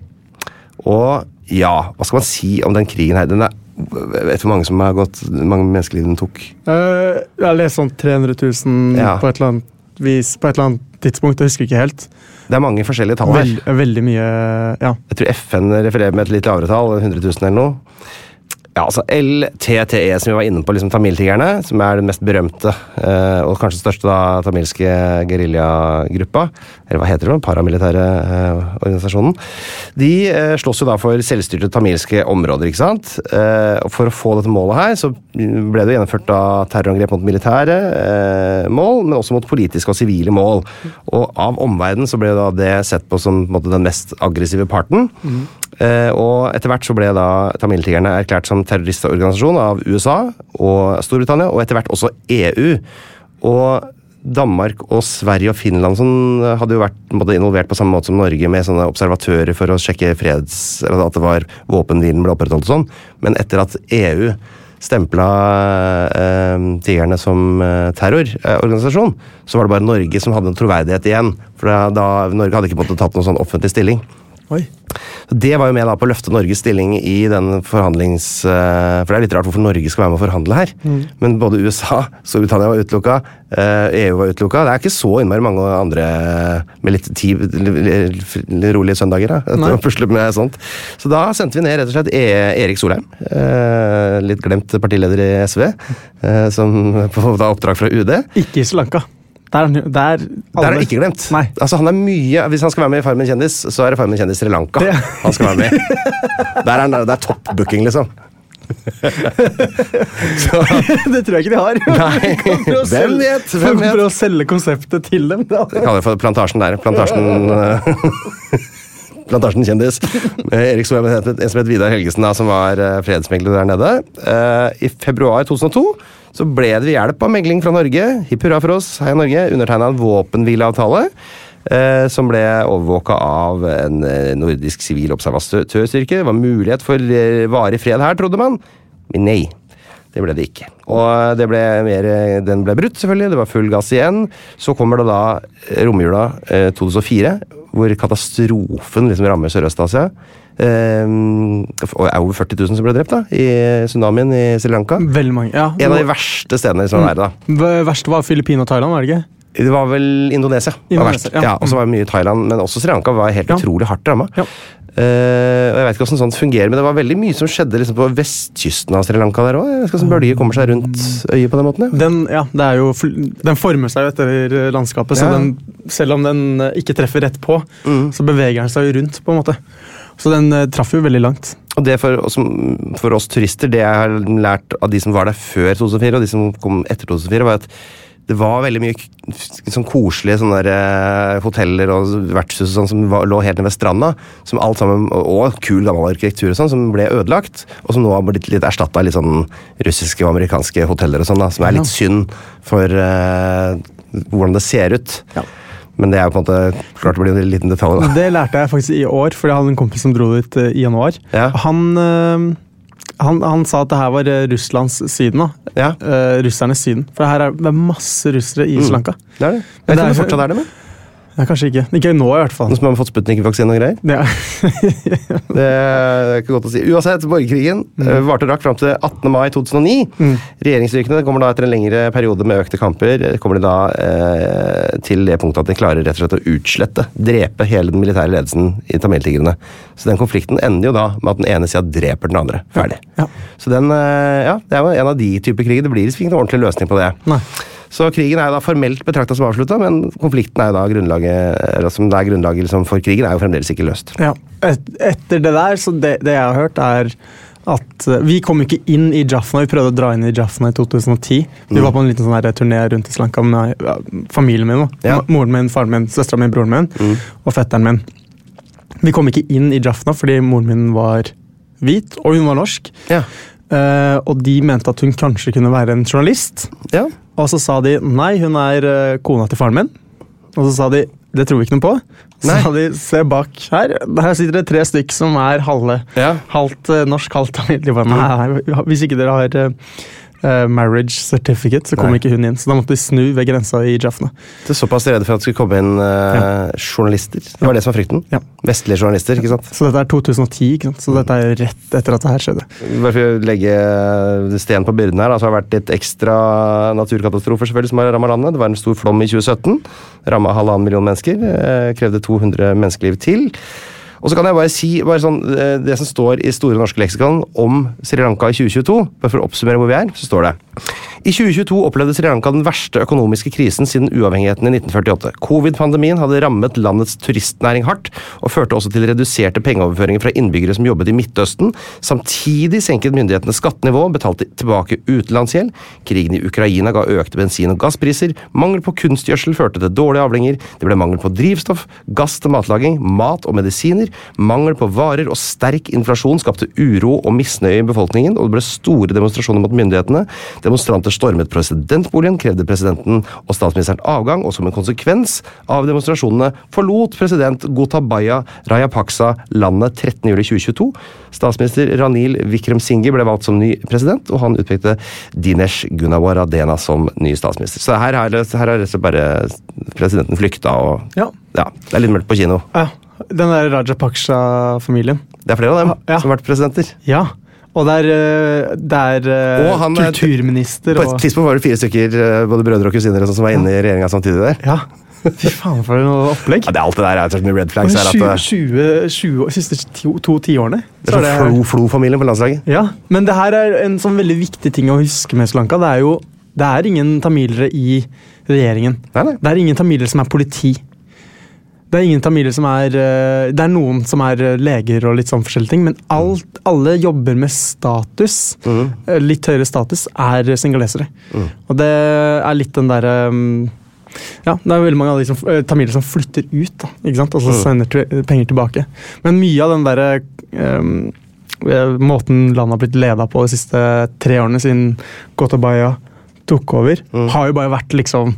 Speaker 1: Og ja, hva skal man si om den krigen her? Den er, vet du hvor mange som har gått, mange menneskeliv den tok?
Speaker 2: Eh, jeg har lest sånn 300 000
Speaker 1: Ja.
Speaker 2: på et eller annet vis, på et eller annet tidspunkt. Jeg husker ikke helt.
Speaker 1: Det er mange forskjellige tall her.
Speaker 2: Vel, veldig mye Ja.
Speaker 1: Jeg tror FN refererer med et litt lavere tall, 100 000 eller noe. Ja, altså LTTE, som vi var inne på, liksom tamiltiggerne, som er den mest berømte eh, og kanskje største da, tamilske geriljagruppa, eller hva heter det, den paramilitære eh, organisasjonen, de eh, slåss jo da for selvstyrte tamilske områder, ikke sant? Eh, og for å få dette målet her, så ble det jo gjennomført da terrorangrep mot militære eh, mål, men også mot politiske og sivile mål. Og av omverdenen så ble da det sett på som på en måte, den mest aggressive parten. Eh, og etter hvert så ble da tamiltiggerne erklært som terroristorganisasjon av USA og Storbritannia, og etter hvert også EU. Og Danmark og Sverige og Finland sånn, hadde jo vært på en måte, involvert på samme måte som Norge, med sånne observatører for å sjekke freds... Eller at det var våpenhvilen ble opprettholdt og sånn. Men etter at EU stempla eh, tigrene som eh, terrororganisasjon, så var det bare Norge som hadde en troverdighet igjen. For da, da, Norge hadde ikke på en måte tatt noen sånn offentlig stilling.
Speaker 2: Oi.
Speaker 1: Så Det var jo med da på å løfte Norges stilling i den forhandlings... eh, For det er litt rart hvorfor Norge skal være med å forhandle her. Men både USA, Storbritannia var utelukka, eh, EU var utelukka. Det er ikke så innmari mange andre eh, med litt ti l- l- rolige søndager da,
Speaker 2: Nei.
Speaker 1: til å pusle med sånt. Så da sendte vi ned rett og slett e Erik Solheim, eh, litt glemt partileder i SV, eh, som på da oppdrag fra UD.
Speaker 2: Ikke i Sri Lanka. Der, er han- der,
Speaker 1: Der er det ikke glemt.
Speaker 2: Nei.
Speaker 1: Altså, han er mye, Hvis han skal være med i Farmen kjendis, så er det Farmen kjendis Sri Lanka.
Speaker 2: Det-
Speaker 1: Han skal være med. Der er, han- det er toppbooking, liksom. så,
Speaker 2: det tror jeg ikke de har.
Speaker 1: Nei. Hvem vet? Hvem vet?
Speaker 2: For å selge konseptet til dem. Da.
Speaker 1: Jeg kaller det for plantasjen der. Plantasjen eh, Plantasjen kjendis. Eh, Erik Solheim het en som het Vidar Helgesen, da, som var eh, fredsmegler der nede. Eh, I februar 2002 så ble det ved hjelp av megling fra Norge, hipp hurra for oss, heia Norge, undertegna en våpenhvileavtale. eh, Som ble overvåka av en eh, nordisk sivil observatørstyrke. Det var mulighet for eh, varig fred her, trodde man. Men nei. Det ble det ikke. Og det ble mer, den ble brutt, selvfølgelig. Det var full gass igjen. Så kommer det da romjula eh, 2004, hvor katastrofen liksom rammer Sørøst-Asia. Eh, og det er over 40 000 som ble drept da, i tsunamien i Sri Lanka.
Speaker 2: Veldig mange. Ja.
Speaker 1: En av de verste stedene i sånn verden. da.
Speaker 2: V- Verst var Filippinene og Thailand, var det ikke?
Speaker 1: Det var vel Indonesia. var verst.
Speaker 2: Indonesia, ja.
Speaker 1: ja. Og så var det mye i Thailand, men også Sri Lanka var helt
Speaker 2: Ja.
Speaker 1: utrolig hardt ramma.
Speaker 2: Ja.
Speaker 1: Eh, og jeg vet ikke hvordan sånt fungerer, men det var veldig mye som skjedde liksom, på vestkysten av Sri Lanka der òg. Jeg vet ikke hvordan bølger kommer seg rundt øyet på den måten. Ja.
Speaker 2: Den, ja, det er jo, fl- den former seg jo etter eh, landskapet, så
Speaker 1: Ja. Mm.
Speaker 2: den, selv om den eh, ikke treffer rett på, så beveger den seg jo rundt, på en måte. Så den eh, traff jo veldig langt.
Speaker 1: Og det for, oss- for oss turister, det jeg har lært av de som var der før 2004, og de som kom etter 2004, var at det var veldig mye k- sånn koselige sånne der, eh, hoteller og vertshus og sånn som var, lå helt nede ved stranda. Som alt sammen, og, og kul gammel arkitektur og sånn, som ble ødelagt. Og som nå har blitt litt erstatta av litt sånn russiske og amerikanske hoteller og sånn, da, som er litt synd for eh, hvordan det ser ut.
Speaker 2: Ja.
Speaker 1: Men det er jo på en måte klart det blir en liten detalj, da.
Speaker 2: Det lærte jeg faktisk i år, fordi jeg hadde en kompis som dro dit eh, i januar.
Speaker 1: Ja.
Speaker 2: Han, eh, han, han sa at det her var eh, Russlands Syden, da.
Speaker 1: Ja,
Speaker 2: Eh, russernes Syden. For her er, det er masse russere
Speaker 1: Mm.
Speaker 2: i Sri Lanka.
Speaker 1: det er det.
Speaker 2: Men
Speaker 1: Jeg vet ikke
Speaker 2: det
Speaker 1: om det
Speaker 2: er-
Speaker 1: fortsatt er det, men.
Speaker 2: Ja, kanskje ikke. Ikke nå, i hvert fall.
Speaker 1: Nå som man har fått Sputnik-vaksine og greier.
Speaker 2: Det er,
Speaker 1: Det er ikke godt å si. Uansett, borgerkrigen eh, varte og rakk fram til 18. mai 2009. Regjeringsstyrkene kommer da etter en lengre periode med økte kamper eh, kommer de da eh, til det punktet at de klarer rett og slett å utslette, drepe hele den militære ledelsen i tamiltigrene. Så den konflikten ender jo da med at den ene sida dreper den andre. Ferdig.
Speaker 2: Ja.
Speaker 1: Så den, eh, ja, det er jo en av de typer kriger. Det blir liksom ikke noen ordentlig løsning på det.
Speaker 2: Nei.
Speaker 1: Så krigen er jo da formelt betrakta som avslutta, men konflikten er jo da grunnlaget, eller som det er grunnlaget liksom, for krigen, er jo fremdeles ikke løst.
Speaker 2: Ja. Et, etter det der, så det, det jeg har hørt, er at eh, vi kom ikke inn i Jaffna. Vi prøvde å dra inn i Jaffna i 2010. Vi var på en liten sånn her turné rundt i Sri Lanka med ja, familien min. da.
Speaker 1: Ja.
Speaker 2: Ma- Moren min, faren min, søstera mi, broren min og fetteren min. Vi kom ikke inn i Jaffna fordi moren min var hvit, og hun var norsk.
Speaker 1: Ja.
Speaker 2: Eh, og de mente at hun kanskje kunne være en journalist.
Speaker 1: Ja.
Speaker 2: Og så sa de nei, hun er eh, kona til faren min. Og så sa de det tror vi ikke noe på. Så
Speaker 1: Nei.
Speaker 2: sa de se bak her. Her sitter det tre stykk som er halve.
Speaker 1: Ja. Mm.
Speaker 2: Halvt eh, norsk, halvt tamil. De bare, Nei, nei, hvis ikke dere har eh, eh, marriage certificate, så kommer
Speaker 1: Nei.
Speaker 2: ikke hun inn. Så da måtte de snu ved grensa i Jaffna.
Speaker 1: Det er såpass redde for at det skulle komme inn eh, journalister. Det var det som var frykten.
Speaker 2: Ja.
Speaker 1: Vestlige journalister. ikke sant?
Speaker 2: Så dette er 2010, ikke sant? så dette er jo rett etter at det her skjedde.
Speaker 1: Bare for å legge eh, sten på byrden her, da, så har det vært litt ekstra naturkatastrofer selvfølgelig som har rammet landet. Det var en stor flom i 2017. Ramma halvannen million mennesker. eh, Krevde 200 menneskeliv til. Og så kan jeg bare si bare sånn, eh, Det som står i Store norske leksikon om Sri Lanka i 2022, bare for å oppsummere hvor vi er, så står det I 2022 opplevde Sri Lanka den verste økonomiske krisen siden uavhengigheten i 1948. Covid-pandemien hadde rammet landets turistnæring hardt, og førte også til reduserte pengeoverføringer fra innbyggere som jobbet i Midtøsten. Samtidig senket myndighetene skattenivået, betalte tilbake utenlandsgjeld. Krigen i Ukraina ga økte bensin- og gasspriser. Mangel på kunstgjødsel førte til dårlige avlinger. Det ble mangel på drivstoff, gass til matlaging, mat og medisiner. Mangel på varer og sterk inflasjon skapte uro og misnøye i befolkningen, og det ble store demonstrasjoner mot myndighetene. Demonstranter stormet presidentboligen, krevde presidenten og statsministeren avgang, og som en konsekvens av demonstrasjonene forlot president Gotabaya Rajapaksa landet 13.07.2022. Statsminister Ranil Vikremsinghe ble valgt som ny president, og han utpekte Dinesh Gunawaradena som ny statsminister. Så her har her har rett og slett bare presidenten flykta og
Speaker 2: Ja.
Speaker 1: ja, Det er litt mørkt på kino.
Speaker 2: Ja, den der Rajapaksha-familien.
Speaker 1: Det er flere av dem
Speaker 2: Ja.
Speaker 1: som har vært presidenter.
Speaker 2: Ja. Og det er, eh, det er eh,
Speaker 1: Og han er-
Speaker 2: kulturminister
Speaker 1: På et
Speaker 2: og
Speaker 1: tidspunkt var det fire stykker, eh, både brødre og kusiner, og sånn, som var inne i regjeringa samtidig der.
Speaker 2: Ja. Fy faen, for noe opplegg.
Speaker 1: Ja, det er alt det der er så mye red flags her at
Speaker 2: Men
Speaker 1: det
Speaker 2: 20, 20, 20, siste to, to tiårene.
Speaker 1: det er sånn Flo- Flo-familien på landslaget.
Speaker 2: ja, men det her er en sånn veldig viktig ting å huske med Sri Lanka. Det er jo det er ingen tamilere i regjeringen.
Speaker 1: Nei, nei.
Speaker 2: Det er ingen tamilere som er politi. Det er ingen tamilere som er eh, Det er noen som er eh, leger og litt sånn forskjellige ting, men alt, alle jobber med status.
Speaker 1: Mm.
Speaker 2: eh, Litt høyere status er eh, singalesere. Og det er litt den derre um, Ja, det er veldig mange av de som, eh, tamiler som flytter ut, da, ikke sant? og så
Speaker 1: Mm.
Speaker 2: sender til, eh, penger tilbake. Men mye av den derre ehm, eh, måten landet har blitt leda på de siste tre årene siden Gotabaya tok over,
Speaker 1: Mm.
Speaker 2: har jo bare vært liksom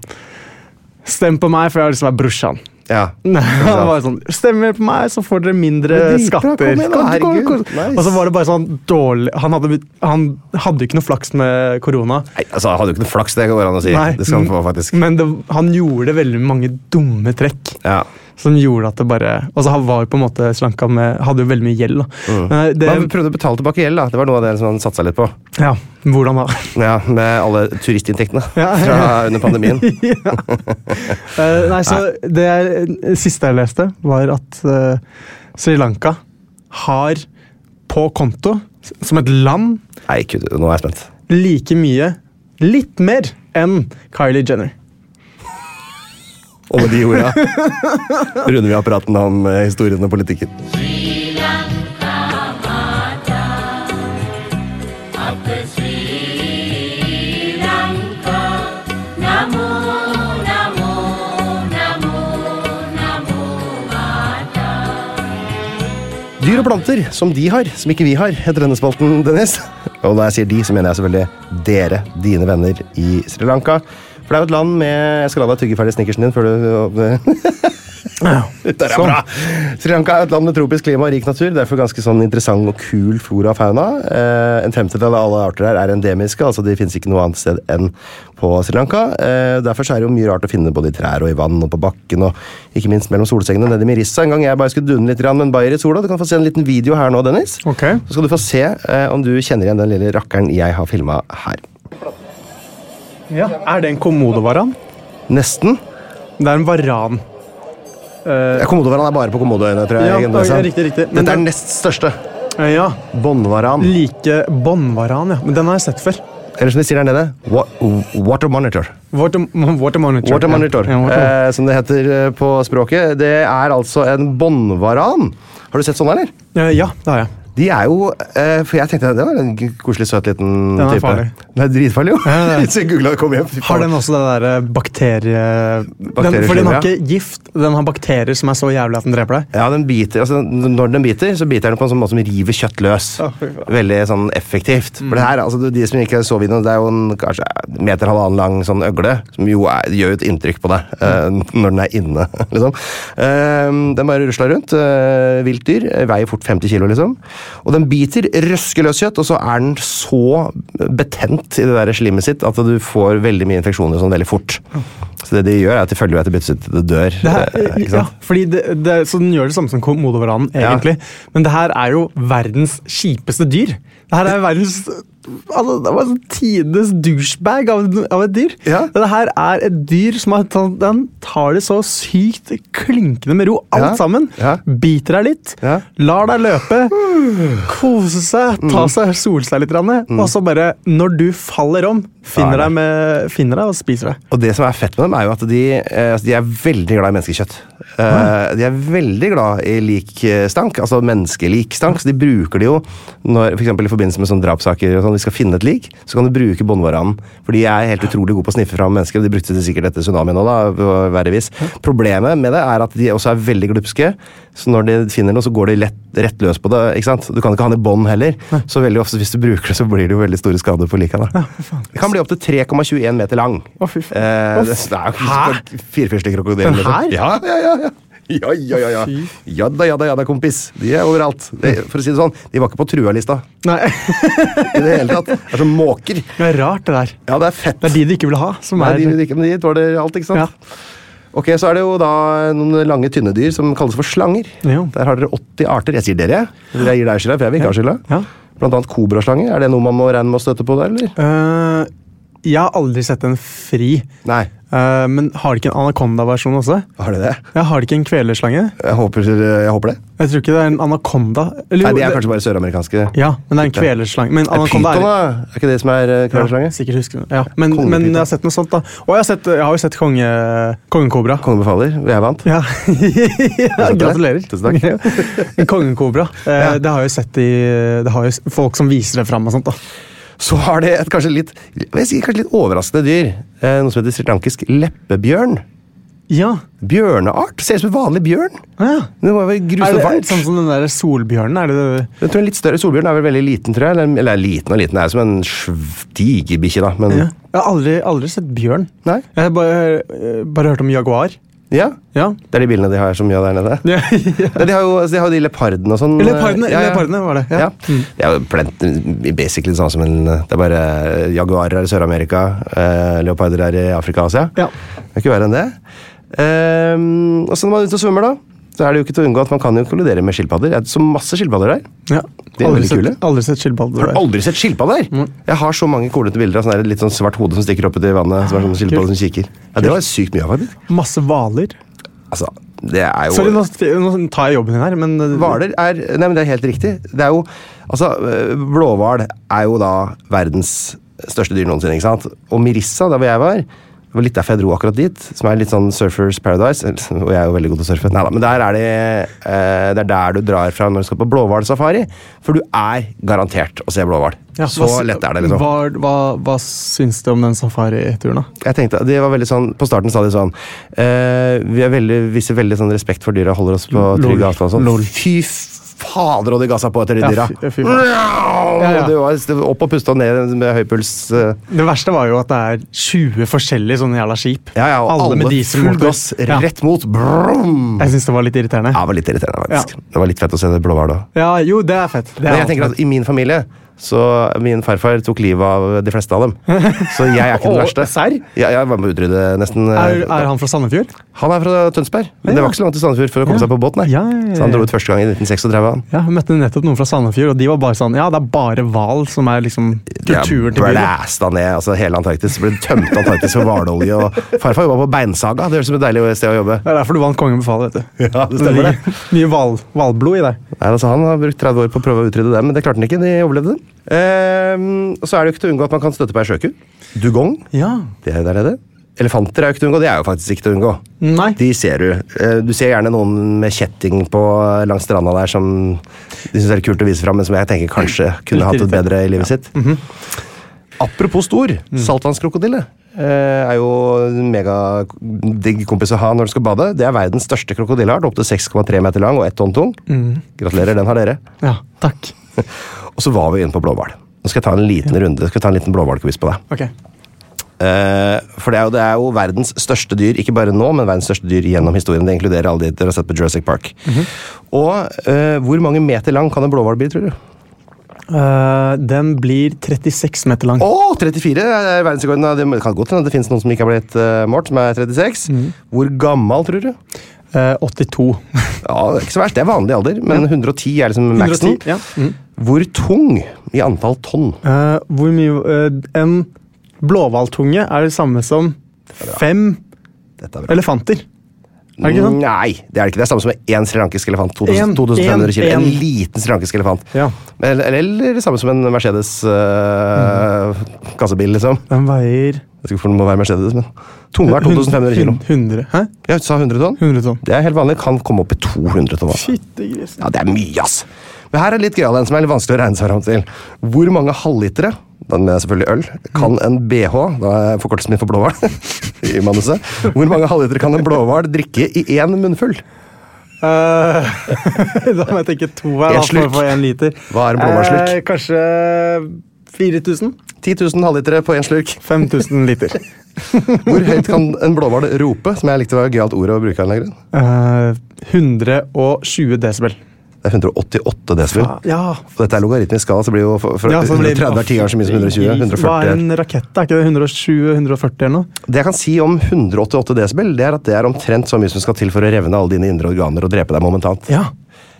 Speaker 2: Stem på meg, for jeg har lyst til å være brorsan.
Speaker 1: Ja.
Speaker 2: Nei, det var sånn, Stemmer dere på meg, så får dere mindre
Speaker 1: Men dritbra,
Speaker 2: skatter.
Speaker 1: kom igjen da,
Speaker 2: Kom, kom,
Speaker 1: herregud,
Speaker 2: kom.
Speaker 1: nice.
Speaker 2: Og så var det bare sånn dårlig Han hadde, han hadde ikke noe flaks med korona.
Speaker 1: Nei, altså, jeg hadde jo ikke noe flaks, det går an å si.
Speaker 2: Nei.
Speaker 1: Det skal han få, faktisk.
Speaker 2: Men det, han gjorde veldig mange dumme trekk
Speaker 1: Ja.
Speaker 2: som gjorde at det bare Og så han var jo på en måte slanka med Hadde jo veldig mye gjeld, da. Men Det,
Speaker 1: Han prøvde å betale tilbake gjeld, da. Det var noe av det som han satsa litt på.
Speaker 2: ja, hvordan da?
Speaker 1: Ja, Med alle turistinntektene
Speaker 2: Ja.
Speaker 1: fra under pandemien.
Speaker 2: ja. Eh, nei, så det er- siste jeg leste, var at eh, Sri Lanka har på konto, s- som et land,
Speaker 1: Nei, kutt, nå er jeg spent.
Speaker 2: like mye, litt mer, enn Kylie Jenner.
Speaker 1: Og med de orda runder vi av praten om eh, historien og politikken. Dyr og planter som de har, som ikke vi har, heter denne spalten, Dennis. Og når jeg sier de, så mener jeg selvfølgelig dere, dine venner i Sri Lanka. For det er jo et land med Jeg skal la deg tygge ferdig snickersen din før du Det er bra! Sri Lanka er et land med tropisk klima og rik natur, derfor ganske sånn interessant og kul flora og fauna. Eh, en femtedel av alle arter her er endemiske, altså de finnes ikke noe annet sted enn på Sri Lanka. Eh, derfor så er det jo mye rart å finne både i trær og i vann og på bakken, og ikke minst mellom solsengene nede i Mirissa. En gang jeg bare skulle dune litt grann med en bayer i sola. Du kan få se en liten video her nå, Dennis.
Speaker 2: Ok.
Speaker 1: Så skal du få se eh, om du kjenner igjen den lille rakkeren jeg har filma her.
Speaker 2: Ja. Er det en kommodovaran?
Speaker 1: Nesten.
Speaker 2: Det er en varan.
Speaker 1: Ja, Komodovaran er bare på Komodoøyene, tror jeg.
Speaker 2: Eh, Ja,
Speaker 1: Dennis.
Speaker 2: ja, riktig, riktig. Men
Speaker 1: Dette er
Speaker 2: den-
Speaker 1: den nest største.
Speaker 2: Eh, ja,
Speaker 1: Båndvaran.
Speaker 2: like båndvaran, ja. Men den har jeg sett før.
Speaker 1: Eller som de sier der nede, wa- water monitor.
Speaker 2: Water, water monitor.
Speaker 1: Water monitor,
Speaker 2: Ja, ja, water
Speaker 1: eh, som det heter eh, på språket. Det er altså en båndvaran. Har du sett sånne, eller?
Speaker 2: Eh, ja, det har jeg.
Speaker 1: De er jo eh, For jeg tenkte det var en g- koselig, søt liten
Speaker 2: Den er
Speaker 1: type.
Speaker 2: farlig.
Speaker 1: Den er dritfarlig, jo.
Speaker 2: Ja, det er.
Speaker 1: Så jeg googlet og kom hjem. Fy
Speaker 2: Har
Speaker 1: faen.
Speaker 2: den også det derre bakterie... Den, for den har ikke gift, den har bakterier som er så jævlig at den dreper deg.
Speaker 1: Ja, den biter, altså n- Når den biter, så biter den på en sånn måte som river kjøtt løs.
Speaker 2: Å, fy faen.
Speaker 1: Veldig sånn effektivt. For det her, altså det- De som ikke så videoen, det er jo en kanskje meter halvannen lang sånn øgle, som jo er, gjør jo et inntrykk på deg eh, når den er inne. liksom. Eh, den bare rusler rundt. eh, vilt dyr. eh, Veier fort 50 kilo, liksom. Og den biter, røsker løs kjøtt, og så er den så betent i det der slimmet sitt at du får veldig mye infeksjoner sånn veldig fort. Så det de gjør, er at de følger jo etter byttet sitt til det dør.
Speaker 2: Det her,
Speaker 1: eh, ikke
Speaker 2: ja,
Speaker 1: sant?
Speaker 2: fordi det, det, så den gjør det samme som komodovaranen,
Speaker 1: Ja.
Speaker 2: egentlig. Men det her er jo verdens kjipeste dyr. Det her er verdens altså, det var sånn tidenes douchebag av, av et dyr.
Speaker 1: Ja.
Speaker 2: Det her er et dyr som har, tatt- den tar det så sykt klinkende med ro,
Speaker 1: Ja.
Speaker 2: alt sammen.
Speaker 1: Ja.
Speaker 2: Biter deg litt,
Speaker 1: Ja.
Speaker 2: lar deg løpe, kose seg,
Speaker 1: Mm.
Speaker 2: ta seg, sole seg litt, grann, og så bare, når du faller om, finner
Speaker 1: Da er
Speaker 2: deg, med, finner deg og spiser deg.
Speaker 1: Og det som er fett med dem, er jo at de, eh, altså, de er veldig glad i menneskekjøtt. Eh, de er veldig glad i lik eh, stank, altså menneskelik stank. Så de bruker det jo når, for eksempel i forbindelse med sånne drapssaker. og Sånn, de skal finne et lik, så kan de bruke båndvaranen. For de er helt utrolig gode på å sniffe fram mennesker, og de brukte det sikkert etter tsunamien òg, da. på Verre vis. Problemet med det er at de også er veldig glupske. Så når de finner noe, så går de lett, rett løs på det. ikke sant? Du kan ikke ha den i bånd heller. Så veldig ofte hvis du bruker det, så blir det jo veldig store skader på lika. da. Det kan bli opptil 3,21 meter lang.
Speaker 2: Å, fy faen.
Speaker 1: Eh,
Speaker 2: Å,
Speaker 1: det det er
Speaker 2: hæ?
Speaker 1: jo firfislekrokodill.
Speaker 2: Den her?
Speaker 1: liksom. Ja, ja, ja. ja. Ja, ja, ja, ja.
Speaker 2: Fy.
Speaker 1: Ja da, ja da, ja da, kompis. De er overalt. De, for å si det sånn, de var ikke på trua-lista
Speaker 2: Nei,
Speaker 1: i det hele tatt. Det er som måker.
Speaker 2: det er rart det der.
Speaker 1: Ja, det er fett.
Speaker 2: Det er de du ikke vil ha, som
Speaker 1: Nei,
Speaker 2: er...
Speaker 1: de vil ikke, men de tåler alt, ikke sant?
Speaker 2: Ja.
Speaker 1: Ok, Så er det jo da noen lange, tynne dyr som kalles for slanger.
Speaker 2: Jo.
Speaker 1: Der har dere 80 arter. Jeg sier dere, jeg. Jeg gir deg skylda, for jeg vil ikke ha skylda.
Speaker 2: Ja.
Speaker 1: Blant annet kobraslange. Er det noe man må regne med å støte på der, eller?
Speaker 2: Eh, jeg har aldri sett en fri.
Speaker 1: Nei.
Speaker 2: Eh, men har de ikke en anakonda-versjon også?
Speaker 1: Har de det?
Speaker 2: Ja, Har de ikke en kvelerslange?
Speaker 1: Jeg håper, jeg håper det.
Speaker 2: Jeg tror ikke det er en anakonda. Eller,
Speaker 1: Nei,
Speaker 2: jo,
Speaker 1: de er
Speaker 2: det-
Speaker 1: kanskje bare søramerikanske.
Speaker 2: Ja, men det er en kvelerslange. Men anakonda
Speaker 1: Pyton,
Speaker 2: er
Speaker 1: da? Er ikke det som er eh,
Speaker 2: ja,
Speaker 1: kvelerslange?
Speaker 2: sikkert husker du. Ja, men,
Speaker 1: Kongepyton.
Speaker 2: men jeg har sett noe sånt, da. Og jeg har, sett, jeg har jo sett konge, kongekobra.
Speaker 1: Kongen befaler. Jeg vant.
Speaker 2: Ja. ja,
Speaker 1: sant det?
Speaker 2: gratulerer.
Speaker 1: Tusen
Speaker 2: takk. Kongekobra. Eh,
Speaker 1: Ja.
Speaker 2: Det har jeg jo sett i Det har jo s- folk som viser det fram og sånt. da
Speaker 1: Så har de et kanskje litt, jeg sier kanskje litt overraskende dyr. Eh, noe som heter srilankisk leppebjørn.
Speaker 2: Ja.
Speaker 1: Bjørneart? Ser ut som en vanlig bjørn.
Speaker 2: Ah, ja.
Speaker 1: Det må jo være
Speaker 2: Er
Speaker 1: grusomt
Speaker 2: det
Speaker 1: varmt.
Speaker 2: sånn som den der solbjørnen? Er det
Speaker 1: Jeg tror En litt større solbjørn er vel veldig liten, tror jeg. Eller, eller liten og liten, det er som en sv- diger bikkje, da. Men
Speaker 2: ja. Jeg har aldri, aldri sett bjørn.
Speaker 1: Nei.
Speaker 2: Jeg har bare, eh, bare hørt om jaguar.
Speaker 1: ja.
Speaker 2: Ja.
Speaker 1: Det er de bilene de har som gjør der nede.
Speaker 2: ja.
Speaker 1: Ja, de har jo de, har jo de leopardene og sånn.
Speaker 2: Leopardene,
Speaker 1: Ja, ja.
Speaker 2: leopardene var det.
Speaker 1: Ja.
Speaker 2: Ja.
Speaker 1: Det er jo plent, basically det samme som en Det er bare jaguarer er i Sør-Amerika, eh, leoparder er i Afrika og Asia.
Speaker 2: Ja.
Speaker 1: Det er ikke verre enn det. Ehm, og så når man er ute og svømmer, da, så er det jo ikke til å unngå at man kan jo kollidere med skilpadder. Det er så masse skilpadder der.
Speaker 2: ja.
Speaker 1: De er
Speaker 2: aldri,
Speaker 1: veldig
Speaker 2: sett,
Speaker 1: kule.
Speaker 2: aldri sett skilpadder
Speaker 1: Har du
Speaker 2: der.
Speaker 1: aldri sett skilpadder? Jeg har så mange kolete bilder av sånn der litt sånn svart hode som stikker opp ut i vannet. Som er sånn skilpadde som kikker. Ja, Det var sykt mye av, faktisk.
Speaker 2: Masse hvaler.
Speaker 1: Altså, det er jo
Speaker 2: Sorry, nå, nå tar jeg jobben din her, men eh,
Speaker 1: Hvaler er Nei, men det er helt riktig. Det er jo Altså, øh, blåhval er jo da verdens største dyr noensinne, ikke sant? Og Mirissa, der hvor jeg var det var litt derfor jeg dro akkurat dit, som er litt sånn Surfers Paradise. eller- Og jeg er jo veldig god til å surfe. Neida, men der er det, eh, det er der du drar fra når du skal på blåhvalsafari. For du er garantert å se blåhval.
Speaker 2: ja,
Speaker 1: Så
Speaker 2: hva-
Speaker 1: lett er det, liksom.
Speaker 2: Hva, hva, hva syns du om den safarituren, da?
Speaker 1: jeg tenkte, det var veldig sånn, På starten sa de sånn eh, Vi er veldig, viser veldig sånn respekt for dyra, holder oss på
Speaker 2: Lol.
Speaker 1: trygg avstand. og Sånn.
Speaker 2: Lol.
Speaker 1: Fy fader, og de ga seg på etter de
Speaker 2: Ja,
Speaker 1: dyra!
Speaker 2: fy- fy faen. Ja, ja.
Speaker 1: Det var det var Opp og puste og ned med høy puls. eh.
Speaker 2: Det verste var jo at det er 20 forskjellige sånne jævla skip.
Speaker 1: Ja, ja, og alle,
Speaker 2: alle med dieselmotor.
Speaker 1: full gass
Speaker 2: Ja.
Speaker 1: rett mot. Brum!
Speaker 2: Jeg syns det var litt irriterende.
Speaker 1: Ja,
Speaker 2: Ja.
Speaker 1: det var litt irriterende, faktisk.
Speaker 2: Ja.
Speaker 1: Det var litt fett å se det blåhval òg.
Speaker 2: jo, det er fett. Det
Speaker 1: Men
Speaker 2: er
Speaker 1: jeg tenker at i min familie så Min farfar tok livet av de fleste av dem. Så jeg er ikke den
Speaker 2: Å,
Speaker 1: verste.
Speaker 2: serr?
Speaker 1: Ja, jeg var med å utrydde nesten eh,
Speaker 2: Er, er han fra Sandefjord?
Speaker 1: Han er fra Tønsberg. Men
Speaker 2: Ja.
Speaker 1: det var ikke så langt til Sandefjord for å komme
Speaker 2: Ja.
Speaker 1: seg på båt. nei.
Speaker 2: Ja, ja, ja,
Speaker 1: Så han dro
Speaker 2: ja.
Speaker 1: ut første gang i 1936. Han.
Speaker 2: Ja, jeg møtte nettopp noen fra Sandefjord, og de var bare sånn Ja, det er bare hval som er liksom kulturen til byen.
Speaker 1: blæsta ned altså hele Antarktis. Ble tømt Antarktis for hvalolje. og Farfar jobba på Beinsaga. Det høres ut som et deilig sted å jobbe.
Speaker 2: Det er derfor du vant Kongen befaler, vet du.
Speaker 1: Ja, det stemmer det.
Speaker 2: Mye- Mye hval- hvalblod i deg.
Speaker 1: Nei, altså Han har brukt 30 år på å prøve å utrydde det, men det klarte han ikke. De overlevde det. Ehm, og så er det jo ikke til å unngå at man kan støtte på ei sjøku. Dugong.
Speaker 2: Ja.
Speaker 1: Det er der nede. Elefanter er jo ikke til å unngå. Det er jo faktisk ikke til å unngå.
Speaker 2: Nei.
Speaker 1: De ser du. Eh, Du ser gjerne noen med kjetting på langs stranda der som de syns er kult å vise fram, men som jeg tenker kanskje kunne hatt det bedre i livet sitt. Apropos stor, saltvannskrokodille eh, er jo en megadigg kompis å ha når du skal bade. Det er verdens største krokodilleart, opptil 6,3 meter lang og 1 tonn tung. Gratulerer, den har dere.
Speaker 2: Ja, takk.
Speaker 1: Og så var vi inne på blåhval. Nå skal jeg ta en liten runde, skal jeg ta en liten blåhvalquiz på deg.
Speaker 2: Ok.
Speaker 1: Eh, for det er, jo, det er jo verdens største dyr, ikke bare nå, men verdens største dyr gjennom historien. Det inkluderer alle de dere har sett på Jurassic Park. Og eh, hvor mange meter lang kan en blåhval bli, tror du?
Speaker 2: Eh, den blir 36 meter lang.
Speaker 1: Å, 34 er verdensrekorden. Ja, Det kan godt hende det finnes noen som ikke har blitt eh, målt, som er 36.
Speaker 2: Mhm.
Speaker 1: Hvor gammel, tror du?
Speaker 2: Eh, 82.
Speaker 1: Ja, det er ikke så verst. Det er vanlig alder, men 110 er liksom maxen.
Speaker 2: 110, ja. Mm.
Speaker 1: Hvor tung i antall tonn?
Speaker 2: Eh, hvor mye eh, En blåhvaltunge er det samme som fem
Speaker 1: Dette er bra.
Speaker 2: elefanter. Er det ikke sånn?
Speaker 1: Nei, det er det ikke. Det er samme som én srilankisk elefant. 2000,
Speaker 2: En,
Speaker 1: 2500 kilo.
Speaker 2: en,
Speaker 1: En
Speaker 2: en.
Speaker 1: liten srilankisk elefant.
Speaker 2: Ja.
Speaker 1: Eller, eller, eller det samme som en Mercedes øh, kassebil, liksom.
Speaker 2: Den veier
Speaker 1: Jeg skal ikke det må være Mercedes, men Tunge er 2500 kilo.
Speaker 2: 100, hæ?
Speaker 1: Jeg sa 100 tonn.
Speaker 2: 100 tonn.
Speaker 1: Det er helt vanlig. Kan komme opp i 200 tonn. altså.
Speaker 2: Fyttegrisen.
Speaker 1: Ja, det er mye, ass. Men her er litt gøyal en som er litt vanskelig å regne seg fram til. Hvor mange halvlitere, den er selvfølgelig øl, kan en BH Da er forkortelsen min for blåhval i manuset. Hvor mange halvlitere kan en blåhval drikke i én munnfull?
Speaker 2: Eh, da må jeg tenke to her,
Speaker 1: En
Speaker 2: da, for å
Speaker 1: slurk.
Speaker 2: få én liter.
Speaker 1: Hva er en blåbærslurk?
Speaker 2: Eh, kanskje 4000?
Speaker 1: 10 000 halvlitere på én slurk.
Speaker 2: 5000 liter.
Speaker 1: Hvor høyt kan en blåhval rope? Som jeg likte var et gøyalt ord å bruke. av en eller annen grunn.
Speaker 2: Eh, 120 desibel.
Speaker 1: Det er 188 desibel.
Speaker 2: Ja.
Speaker 1: Og dette er logaritmisk skala, så blir jo for, for
Speaker 2: Ja, så blir-
Speaker 1: 130 er ti ganger så mye som 120.
Speaker 2: Hva
Speaker 1: 140
Speaker 2: er
Speaker 1: er.
Speaker 2: en rakett? da? Er ikke det 120-140 eller noe?
Speaker 1: Det jeg kan si om 188 desibel, det er at det er omtrent så mye som skal til for å revne alle dine indre organer og drepe deg momentant.
Speaker 2: Ja.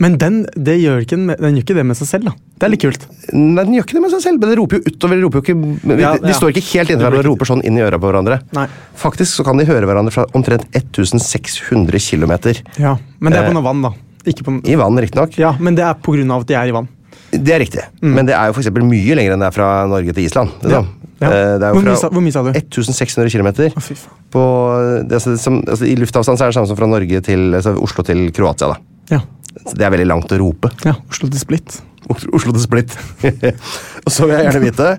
Speaker 2: Men den, det gjør ikke, den med- den gjør ikke det med seg selv, da. Det er litt kult.
Speaker 1: Nei, den gjør ikke det med seg selv, men den roper jo utover. De, roper jo ikke, men vi-
Speaker 2: Ja,
Speaker 1: de
Speaker 2: ja.
Speaker 1: står ikke helt inntil hverandre og roper sånn inn i øra på hverandre.
Speaker 2: Nei.
Speaker 1: Faktisk så kan de høre hverandre fra omtrent 1600 km.
Speaker 2: Ja, Men det er på noe vann, da. Ikke på,
Speaker 1: I vann, riktignok.
Speaker 2: ja, men det er på grunn av at de er i vann.
Speaker 1: Det er riktig, men det er jo for eksempel mye lenger enn det er fra Norge til Island. Liksom.
Speaker 2: Mm. Ja, ja.
Speaker 1: Eh, Det er jo
Speaker 2: Hvor mye
Speaker 1: fra
Speaker 2: sa- hvor mye sa du?
Speaker 1: 1600 km.
Speaker 2: fy faen.
Speaker 1: Altså, som- altså, I luftavstand så er det samme som fra Norge til, altså, Oslo til Kroatia. Da.
Speaker 2: Ja.
Speaker 1: Så det er veldig langt å rope.
Speaker 2: ja. Oslo til Splitt.
Speaker 1: Oslo til Split. Og så vil jeg gjerne vite